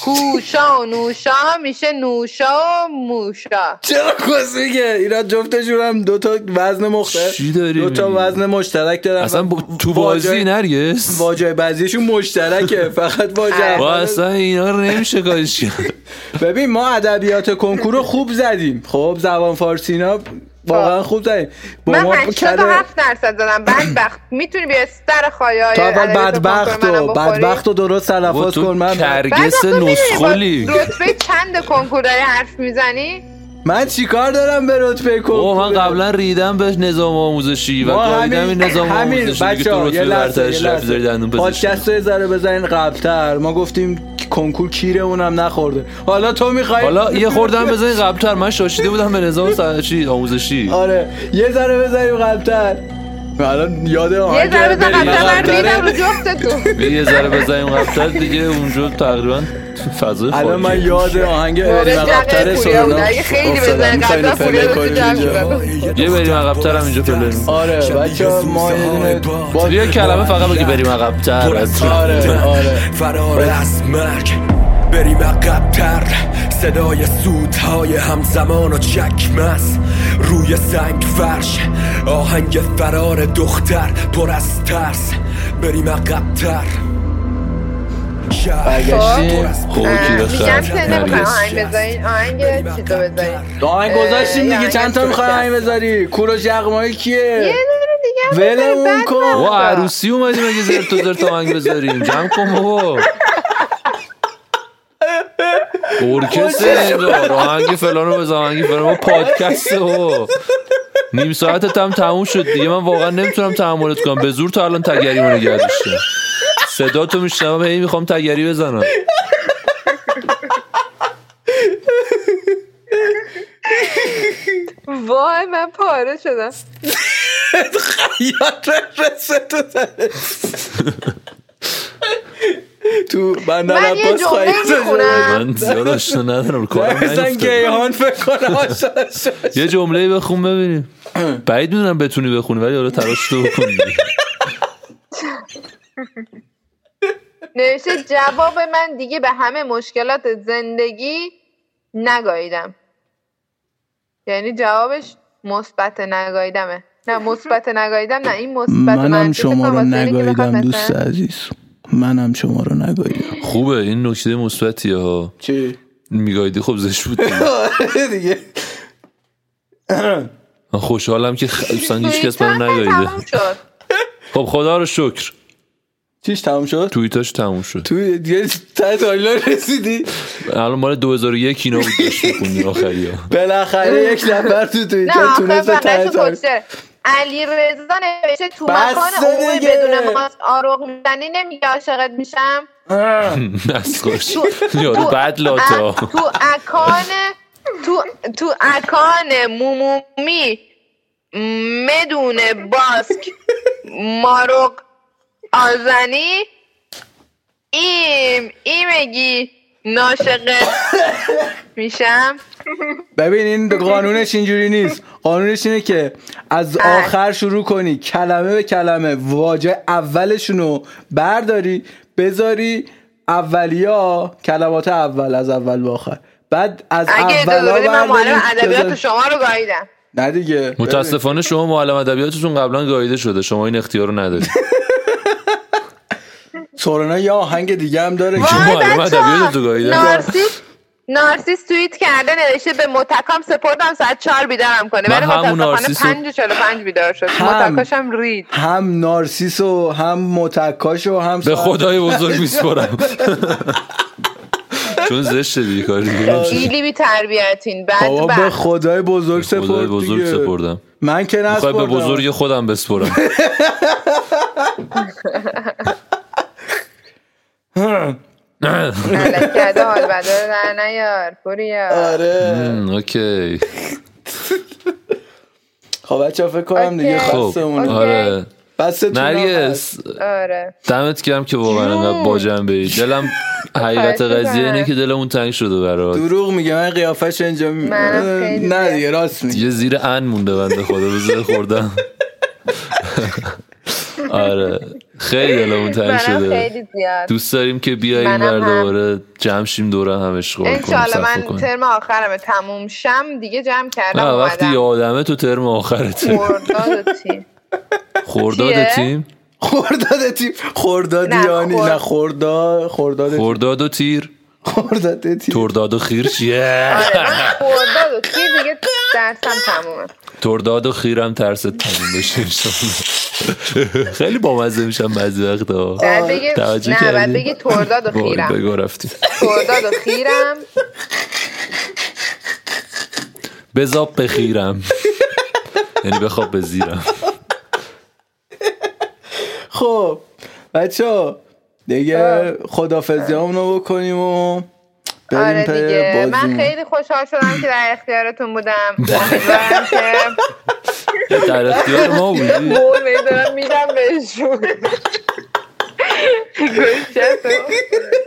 Speaker 3: کوشا و نوشا میشه نوشا و موشا
Speaker 2: چرا کس میگه اینا جفتشون هم دو تا وزن مختلف
Speaker 1: چی داری
Speaker 2: دو تا
Speaker 1: میگی؟
Speaker 2: وزن مشترک دارن
Speaker 1: اصلا با- تو
Speaker 2: واجه-
Speaker 1: بازی نرگس
Speaker 2: واجه بعضیشون مشترکه فقط واجه
Speaker 3: آره.
Speaker 1: با
Speaker 2: اول-
Speaker 1: اصلا اینا رو نمیشه کارش کرد
Speaker 2: ببین ما ادبیات کنکور رو خوب زدیم خب زبان فارسی اینا واقعا خوب زدیم با
Speaker 3: خب. من
Speaker 2: ما کله-
Speaker 3: 87 درصد دادم بدبخت میتونی بیا سر خایه
Speaker 2: تو اول بدبخت و بدبخت و درست
Speaker 1: بابا
Speaker 2: تلفظ کن
Speaker 1: تو
Speaker 2: من
Speaker 1: کرگس نسخلی
Speaker 3: رتبه چند کنکور داری حرف میزنی
Speaker 2: من چیکار دارم به رتبه
Speaker 1: او
Speaker 2: کنکور
Speaker 1: من قبلا ریدم به نظام آموزشی و
Speaker 2: ما
Speaker 1: گاهیدم این نظام آموزشی دیگه
Speaker 2: بچه‌ها،
Speaker 1: تو
Speaker 2: یه
Speaker 1: رتبه
Speaker 2: لحظه،
Speaker 1: برترش
Speaker 2: یه
Speaker 1: رفت
Speaker 2: لحظه.
Speaker 1: داری دندون پزشکی
Speaker 2: پادکست رو یه ذره بزنین قبلتر ما گفتیم کنکور کیره اونم نخورده حالا تو میخوای
Speaker 1: حالا یه خوردم بزنین قبلتر من شاشیده بودم به نظام سر- چی آموزشی
Speaker 2: آره یه ذره بزنیم قبلتر الان یاد
Speaker 3: یه
Speaker 2: آهنگ
Speaker 3: ذره بزن
Speaker 1: بریم.
Speaker 3: قبل من
Speaker 1: قبل
Speaker 3: ریدم رو جفتتون
Speaker 1: یه ذره بزنیم قبلتر دیگه اونجا تقریبا فضای
Speaker 2: الان
Speaker 1: خاکی.
Speaker 2: من یاد آهنگ بریم
Speaker 3: واقعا
Speaker 2: عقب‌تر
Speaker 3: جنگ پوریا بود. اگه خیلی بزنه قبلا پوریا رو تو جمع
Speaker 2: خب.
Speaker 3: می‌زدم.
Speaker 1: یه بریم عقب‌تر هم اینجا پلی می‌کنیم.
Speaker 2: آره بچه ما یه دونه باز-
Speaker 1: یه کلمه فقط بگی بریم
Speaker 5: پر
Speaker 1: عقب‌تر
Speaker 5: از
Speaker 2: آره، آره.
Speaker 5: فرار از مرگ بریم عقبتر صدای سودهای همزمان و چکمس روی سنگ فرش آهنگ فرار دختر پر از ترس بریم عقبتر شهر
Speaker 2: برگشتیم.
Speaker 5: پر از
Speaker 1: خب،
Speaker 5: بغض.
Speaker 1: کی
Speaker 3: اه،
Speaker 1: به
Speaker 3: میگم
Speaker 1: خرج
Speaker 3: که نمیخوایم آهنگ بذارین آهنگ چیزو بذارین
Speaker 2: آهنگ گذاشتیم
Speaker 3: اه،
Speaker 2: دیگه
Speaker 3: یه
Speaker 2: چند تا
Speaker 3: آهنگ
Speaker 2: میخوای
Speaker 3: درست
Speaker 2: همین بذاری کوروش یغمایی
Speaker 3: یه
Speaker 2: <laughs> کیه
Speaker 3: دونه دیگه هم بذارین،
Speaker 2: ولمون
Speaker 3: بعد
Speaker 2: کن
Speaker 1: و
Speaker 3: نبودا.
Speaker 1: عروسی اومدیم اگه زرت و زرت آهنگ بذاریم جمع کن بابا ارکستر اینجا آهنگ فلان رو بذار آهنگ فلان ما پادکسته بابا نیم ساعتت هم تموم شد دیگه من واقعا نمیتونم تحملت کنم به زور تا الان تگری رو نگه داشتم صدا تو میشنم هی میخوام تگری بزنم
Speaker 3: وای من پاره شدم
Speaker 2: یاد رسه تو تو بندر
Speaker 3: من یه
Speaker 2: عباس
Speaker 3: جمله
Speaker 2: خواهی
Speaker 3: میخونم
Speaker 1: من زیاد آشنا ندارم
Speaker 2: <laughs>
Speaker 1: کارم
Speaker 2: مثلا
Speaker 1: نیفتاده.
Speaker 2: گیهان فکر کنم آشنا شد.
Speaker 1: یه جمله بخون ببینیم بعید میدونم بتونی بخونی ولی حالا تلاش تو بکن
Speaker 3: نوشته جواب من دیگه به همه مشکلات زندگی نگاییدم یعنی جوابش مثبت نگاییدمه نه مثبت نگاییدم نه این مثبت
Speaker 2: منم
Speaker 3: منفی. فکر
Speaker 2: شما
Speaker 3: کنم
Speaker 2: رو
Speaker 3: واسه اینه که بخوام
Speaker 2: نگاهیدم
Speaker 3: مثلا-
Speaker 2: دوست عزیز منم شما رو نگاهیدم
Speaker 1: خوبه این نکته مثبتیه ها
Speaker 2: چی؟ <laughs>
Speaker 1: میگایدی خب زش بود
Speaker 2: آره دیگه
Speaker 1: من خوشحالم که خ- اصلا هیچ کس
Speaker 3: توییتر
Speaker 1: منو
Speaker 3: هم
Speaker 1: نگاییده
Speaker 3: تموم
Speaker 2: <laughs>
Speaker 3: شد.
Speaker 1: خب خدا رو شکر
Speaker 2: چیش تمام شد؟
Speaker 1: توییتاش تموم شد
Speaker 2: تو دیگه تای تایلا رسیدی
Speaker 1: الان مال 2001 اینا بود داشت میخوندی آخری ها <laughs>
Speaker 3: <laughs>
Speaker 2: بالاخره یک نفر تو
Speaker 3: نه
Speaker 2: توییتر
Speaker 3: آخه
Speaker 2: تونست به تای
Speaker 3: بقیه‌شو
Speaker 2: تایلا
Speaker 3: پشتره علی رضا نوشته تو
Speaker 2: بس
Speaker 3: مکان عمومی
Speaker 2: دیگه.
Speaker 3: بدون ماست آروغ میزنی نمیگه عاشقت میشم
Speaker 1: نسخاش یارو بد لاتا
Speaker 3: ا- تو اکان تو تو اکان مومومی مدون باسک مارق آزنی ایم ایمگی ناشقه میشم
Speaker 2: ببین این قانونش اینجوری نیست قانونش اینه که از آخر شروع کنی کلمه به کلمه واژه اولشونو برداری بذاری اولیا کلمات اول از اول به آخر بعد از
Speaker 3: اگه اجازه
Speaker 2: اولا
Speaker 3: بدید من معلم
Speaker 2: برداری
Speaker 3: ادبیات
Speaker 2: بذاری-
Speaker 3: شما رو گاییدم
Speaker 2: نه دیگه
Speaker 1: متاسفانه شما معلم ادبیاتتون قبلا گاییده شده شما این اختیار رو ندارید
Speaker 2: سورنا یه آهنگ دیگه هم داره که
Speaker 1: معلم
Speaker 3: وای بچه‌ها،
Speaker 1: ادبیات تو گاییدم.
Speaker 3: نارسیس نارسیس توییت کرده نوشته به متکام سپردم ساعت چهار بیدارم کنه
Speaker 1: من
Speaker 3: ولی
Speaker 1: همون
Speaker 3: متاسفانه
Speaker 1: نارسیس رو-
Speaker 3: پنج و چهل و پنج بیدار شد
Speaker 2: هم.
Speaker 3: متکاشم رید
Speaker 2: هم نارسیس و هم متکاش و هم
Speaker 1: به
Speaker 2: ساعت-
Speaker 1: خدای بزرگ میسپرم <laughs> چون زشته دیگه کاری دیگه
Speaker 3: ایلی بی تربیتین
Speaker 2: بابا
Speaker 3: بعد
Speaker 2: به
Speaker 3: بعد
Speaker 2: خدای بزرگ
Speaker 1: خدای
Speaker 2: سپرد
Speaker 1: بزرگ
Speaker 2: دیگه.
Speaker 1: سپردم
Speaker 2: من که
Speaker 1: میخوای به
Speaker 2: نسپردم
Speaker 1: بزرگ خودم بسپرم <laughs>
Speaker 3: علک کرده حال بده در نیار پوریا
Speaker 2: <laughs> آره
Speaker 1: ام، اوکی
Speaker 2: خب بچه فکر کنم دیگه
Speaker 3: اوکی.
Speaker 1: خب
Speaker 2: خستمون
Speaker 3: اوکی.
Speaker 1: آره
Speaker 2: بستتون
Speaker 1: نرگس
Speaker 3: آره
Speaker 1: دمت گرم که واقعا انقدر با جنبه ای دلم حقیقت
Speaker 3: خواهش
Speaker 1: قضیه اینه
Speaker 3: می‌کنم.
Speaker 1: که دلمون تنگ شده برات
Speaker 2: دروغ میگه من قیافش اینجا می-
Speaker 3: منم خیلی
Speaker 2: نه
Speaker 3: زیاد.
Speaker 2: دیگه راست میگه
Speaker 1: یه زیر ان مونده بنده خدا بزر
Speaker 3: <laughs>
Speaker 1: خوردم آره خیلی دلمون تنگ
Speaker 3: منم
Speaker 1: شده
Speaker 3: خیلی زیاد
Speaker 1: دوست داریم که بیای این بر
Speaker 3: منم هم.
Speaker 1: دوباره جمع شیم دوره همش کنیم
Speaker 3: انشالله
Speaker 1: صف
Speaker 3: من
Speaker 1: کنیم
Speaker 3: ترم آخرمه تموم شم دیگه جمع کردم
Speaker 1: نه وقتی یه
Speaker 3: اومدم
Speaker 1: آدمه تو ترم آخرته
Speaker 3: مرداد چی؟
Speaker 1: خورداد
Speaker 3: خب، چیه؟
Speaker 1: تیم
Speaker 2: خورداد تیم خوردادیانی
Speaker 3: نه، خورد-
Speaker 2: نه خورداد خورداد تیم.
Speaker 1: خورداد و تیر
Speaker 2: خورداد تیم
Speaker 1: ترداد و خیر چیه
Speaker 3: آره من خورداد و چی دیگه درسم تمومه
Speaker 1: ترداد و خیرم ترست تموم بشه انشالله. خیلی بامزه میشم بعضی وقتا
Speaker 3: بعد بگی
Speaker 1: آره. توجه
Speaker 3: نه بعد
Speaker 1: کردی؟
Speaker 3: بگی ترداد و
Speaker 1: وای
Speaker 3: خیرم
Speaker 1: بگو رفتیم
Speaker 3: ترداد و خیرم
Speaker 1: بزاب بخیرم یعنی بخواب بزیرم
Speaker 2: خب بچه دیگه خدافزیامون رو بکنیم و بریم
Speaker 3: خب. آره
Speaker 2: پی
Speaker 3: دیگه من
Speaker 2: بازیمون
Speaker 3: خیلی خوشحال شدم که در اختیارتون بودم امیدوارم که
Speaker 1: در اختیار ما بودی
Speaker 3: قول میدونم میدم بهشون گوشه تو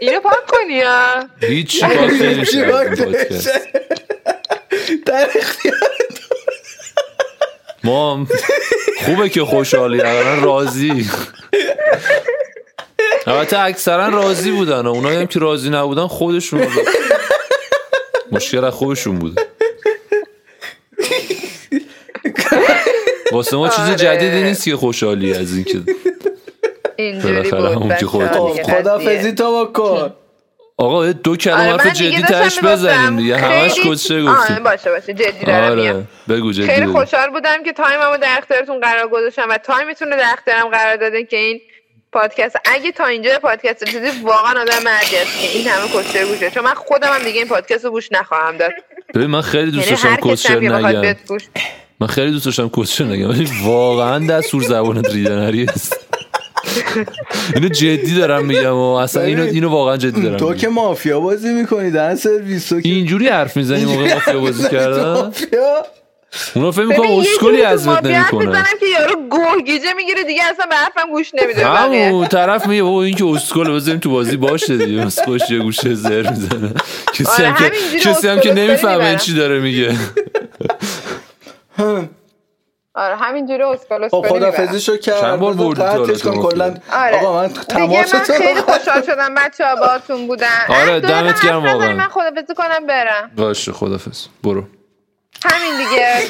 Speaker 3: اینو پاک کنی ها
Speaker 1: هیچی باز
Speaker 3: <laughs>
Speaker 1: نمیشه از این پادکست.
Speaker 2: <laughs> در اختیار
Speaker 1: ما هم- خوبه که خوشحالی الان راضی البته اکثرا راضی بودن و اونایی هم که راضی نبودن خودشون بود. مشکل از خودشون بوده واسه ما چیز
Speaker 3: آره.
Speaker 1: جدیدی نیست که خوشحالی از اینکه
Speaker 3: اینجوری
Speaker 1: بالاخره همون
Speaker 3: بود
Speaker 1: که خودت
Speaker 3: بچه‌ها
Speaker 1: گفت.
Speaker 3: دیگه
Speaker 2: خب، خدافزی
Speaker 3: قضیه.
Speaker 2: تو با کن
Speaker 1: آقا یه دو کلمه
Speaker 3: آره،
Speaker 1: حرف
Speaker 3: من دیگه
Speaker 1: جدی
Speaker 3: داشتم
Speaker 1: تش بزنیم
Speaker 3: می‌گفتم
Speaker 1: دیگه همش
Speaker 3: خیلی-
Speaker 1: کچه
Speaker 3: آره
Speaker 1: گفتیم
Speaker 3: باشه باشه جدی دارم میگم.
Speaker 1: آره بگو جدی
Speaker 3: خیلی
Speaker 1: بگو.
Speaker 3: خوشحال بودم که تایممو در اختیارتون قرار گذاشتم و تایمتون رو در اختیارم قرار داده که این پادکست اگه تا اینجا پادکست رو دیدی واقعا آدم مردی است که این همه کشتر گوشه چون من خودم هم دیگه این پادکست رو گوش نخواهم داد
Speaker 1: ببین من خیلی دوست
Speaker 3: یعنی
Speaker 1: داشتم
Speaker 3: هر کسی
Speaker 1: کچه
Speaker 3: هم که بخواد
Speaker 1: نگم
Speaker 3: بیاد گوش
Speaker 1: من خیلی دوست داشتم کوچه نگم ولی واقعا دستور زبانت ریدنری است اینو جدی دارم میگم و اصلا اینو اینو واقعا جدی دارم
Speaker 2: تو که
Speaker 1: میگم.
Speaker 2: مافیا بازی میکنی در سرویس تو <laughs> که
Speaker 1: اینجوری حرف میزنی موقع مافیا بازی کردن
Speaker 2: مافیا
Speaker 1: اونا فکر
Speaker 3: ببین
Speaker 1: میکنن
Speaker 3: یه
Speaker 1: اسکلی
Speaker 3: جوری تو
Speaker 1: خب، از بد
Speaker 3: مافیا حرف
Speaker 1: نمیکنن
Speaker 3: می‌زنم که یارو گوه گیجه میگیره دیگه اصلا به حرفم گوش نمیده
Speaker 1: همون طرف میگه بابا این که اسکل بزنیم تو بازی باشه دیگه اسکش یه گوشه زر میزنه کسی
Speaker 3: آره،
Speaker 1: هم که
Speaker 3: همینجوری
Speaker 1: کسی هم که
Speaker 3: اسکل
Speaker 1: نمیفهمه این
Speaker 3: می‌برن.
Speaker 1: چی داره میگه
Speaker 3: آره همینجوری اسکالوس
Speaker 2: خب خدافزیشو کرد
Speaker 1: چند بار
Speaker 2: بذار
Speaker 1: بردی تو حالت
Speaker 2: قطعش کن
Speaker 1: مافیا؟ خب،
Speaker 2: کلا
Speaker 3: آره.
Speaker 2: آقا من
Speaker 3: دیگه
Speaker 2: تماس
Speaker 3: من خیلی
Speaker 2: تو
Speaker 3: خوشحال شدم بچه ها باهاتون بودن
Speaker 1: آره،
Speaker 3: اه، دو دقیقه
Speaker 1: دمت
Speaker 3: حرف
Speaker 1: گرم
Speaker 3: نزنی،
Speaker 1: واقعا.
Speaker 3: من خدافزی کنم برم
Speaker 1: باشه خدافظ برو
Speaker 3: همین
Speaker 2: <laughs>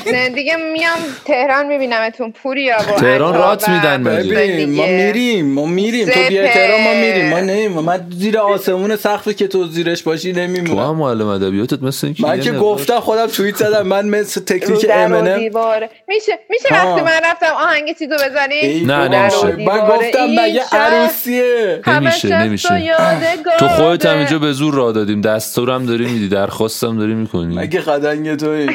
Speaker 3: دیگه دیگه میام تهران میبینمتون پوریا با
Speaker 1: تهران
Speaker 3: عطا
Speaker 1: رات
Speaker 3: و
Speaker 1: میدن مگه؟
Speaker 3: دوستای
Speaker 2: ببین ما
Speaker 3: بله دیگه.
Speaker 2: میریم ما میریم تو
Speaker 3: سپه.
Speaker 2: بیا تهران ما میریم ما نمی‌م. من زیر آسمون سخفی که تو زیرش باشی
Speaker 1: تو
Speaker 2: نمیمونم
Speaker 1: هم معلم ادبیاتت مثل اینکه
Speaker 2: من
Speaker 1: یه
Speaker 2: که
Speaker 1: مقدار-
Speaker 2: گفتم خودم توییت زدم من مثل
Speaker 3: رو
Speaker 2: تکنیک M&M.
Speaker 3: در و
Speaker 2: امنه
Speaker 3: دیوار. میشه میشه
Speaker 2: ها.
Speaker 3: وقتی من رفتم آهنگ چیزو بزنی
Speaker 1: نه،
Speaker 3: در و
Speaker 1: نمیشه.
Speaker 2: من
Speaker 3: دیوار
Speaker 2: گفتم
Speaker 3: این
Speaker 2: مگه
Speaker 3: شهر
Speaker 2: عروسیه
Speaker 1: نمیشه،
Speaker 3: همه
Speaker 1: نمیشه.
Speaker 3: شست و یادگاره.
Speaker 1: تو خودت
Speaker 3: آره.
Speaker 1: هم اینجا به زور را دادیم دستورم داری میدی درخواستم داری میکنی
Speaker 2: مگه خدنگ توی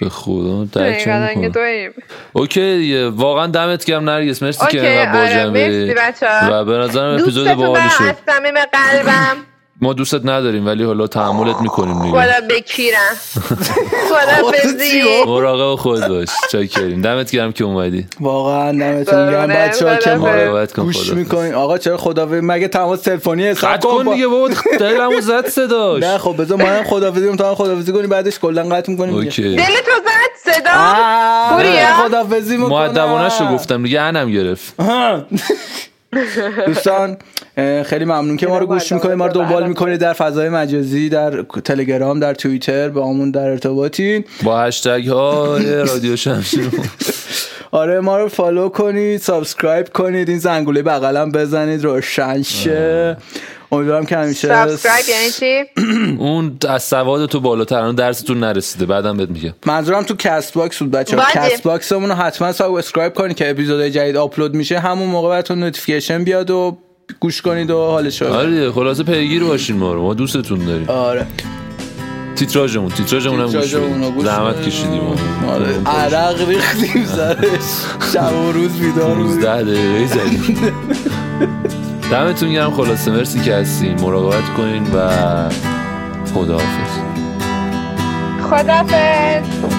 Speaker 1: به خدا
Speaker 3: دقیقاً
Speaker 1: درکم
Speaker 3: که
Speaker 1: می‌کنم.
Speaker 3: توییم.
Speaker 1: اوکی دیگه واقعا دمت گرم نرگس مرسی
Speaker 3: اوکی،
Speaker 1: که اینقدر
Speaker 3: آره،
Speaker 1: باجم
Speaker 3: مرسی بچه‌ها.
Speaker 1: و به نظرم اپیزود
Speaker 3: دوستتون
Speaker 1: باحالی
Speaker 3: برم
Speaker 1: شد
Speaker 3: از صمیم قلبم
Speaker 1: ما دوستت نداریم ولی حالا تحملت میکنیم دیگه
Speaker 3: خدا بکیرم
Speaker 2: <laughs>
Speaker 3: خدا بزی
Speaker 1: مراقب خود باش چاکریم دمت گرم که اومدی
Speaker 2: خب، واقعا دمتون گرم
Speaker 3: قربونه،
Speaker 2: بچه‌ها که ما رو
Speaker 1: مراقبت کن
Speaker 2: گوش
Speaker 1: خدا
Speaker 2: میکنین آقا چرا خدا مگه تماس تلفنی حساب
Speaker 1: قد کن
Speaker 2: خب، با-
Speaker 1: دیگه بابا
Speaker 2: <laughs>
Speaker 1: دلمو زد
Speaker 2: نه
Speaker 1: صداش
Speaker 2: خب بذار ما هم خدافزی کنیم تو هم خدافزی کنی بعدش کلا قطع میکنیم
Speaker 1: اوکی
Speaker 3: دل تو زد صدا پوریا؟
Speaker 2: آه خدافزی میکنم
Speaker 1: مؤدبانش رو گفتم دیگه انم گرفت
Speaker 2: دوستان اه، خیلی ممنون که ما رو گوش میکنید ما رو دنبال میکنید در فضای مجازی در تلگرام در توییتر با همون در ارتباطین
Speaker 1: با هشتگ های رادیو شمشیر
Speaker 2: آره ما رو فالو کنید سابسکرایب کنید این زنگوله بغلم بزنید روشن شه امیدوارم که همیشه
Speaker 3: سابسکرایب یعنی چی؟
Speaker 1: اون از سواد تو بالاتر الان درستون نرسیده بعدم بهت میگم
Speaker 2: منظورم تو کست باکس بود بچه
Speaker 3: بله.
Speaker 2: کست باکسمون رو حتما سابسکرایب کنید که اپیزودهای جدید آپلود میشه همون موقع براتون نوتیفیکیشن بیاد و گوش کنید و حالش رو
Speaker 1: آره دیگه، خلاصه پیگیر باشین ما رو ما دوستتون داریم
Speaker 2: آره
Speaker 1: تیتراژمون تیتراژمون هم گوش
Speaker 2: تیتراژمون رو
Speaker 1: بدید.
Speaker 2: گوش
Speaker 1: زحمت
Speaker 2: بدید.
Speaker 1: کشیدیم
Speaker 2: آره عرق ریختیم سرش شب و روز بیدار بودیم.
Speaker 1: 19 دقیقه زدیم دمتون گرم خلاصه مرسی که هستین مراقبت کنین و خداحافظ
Speaker 3: خدافز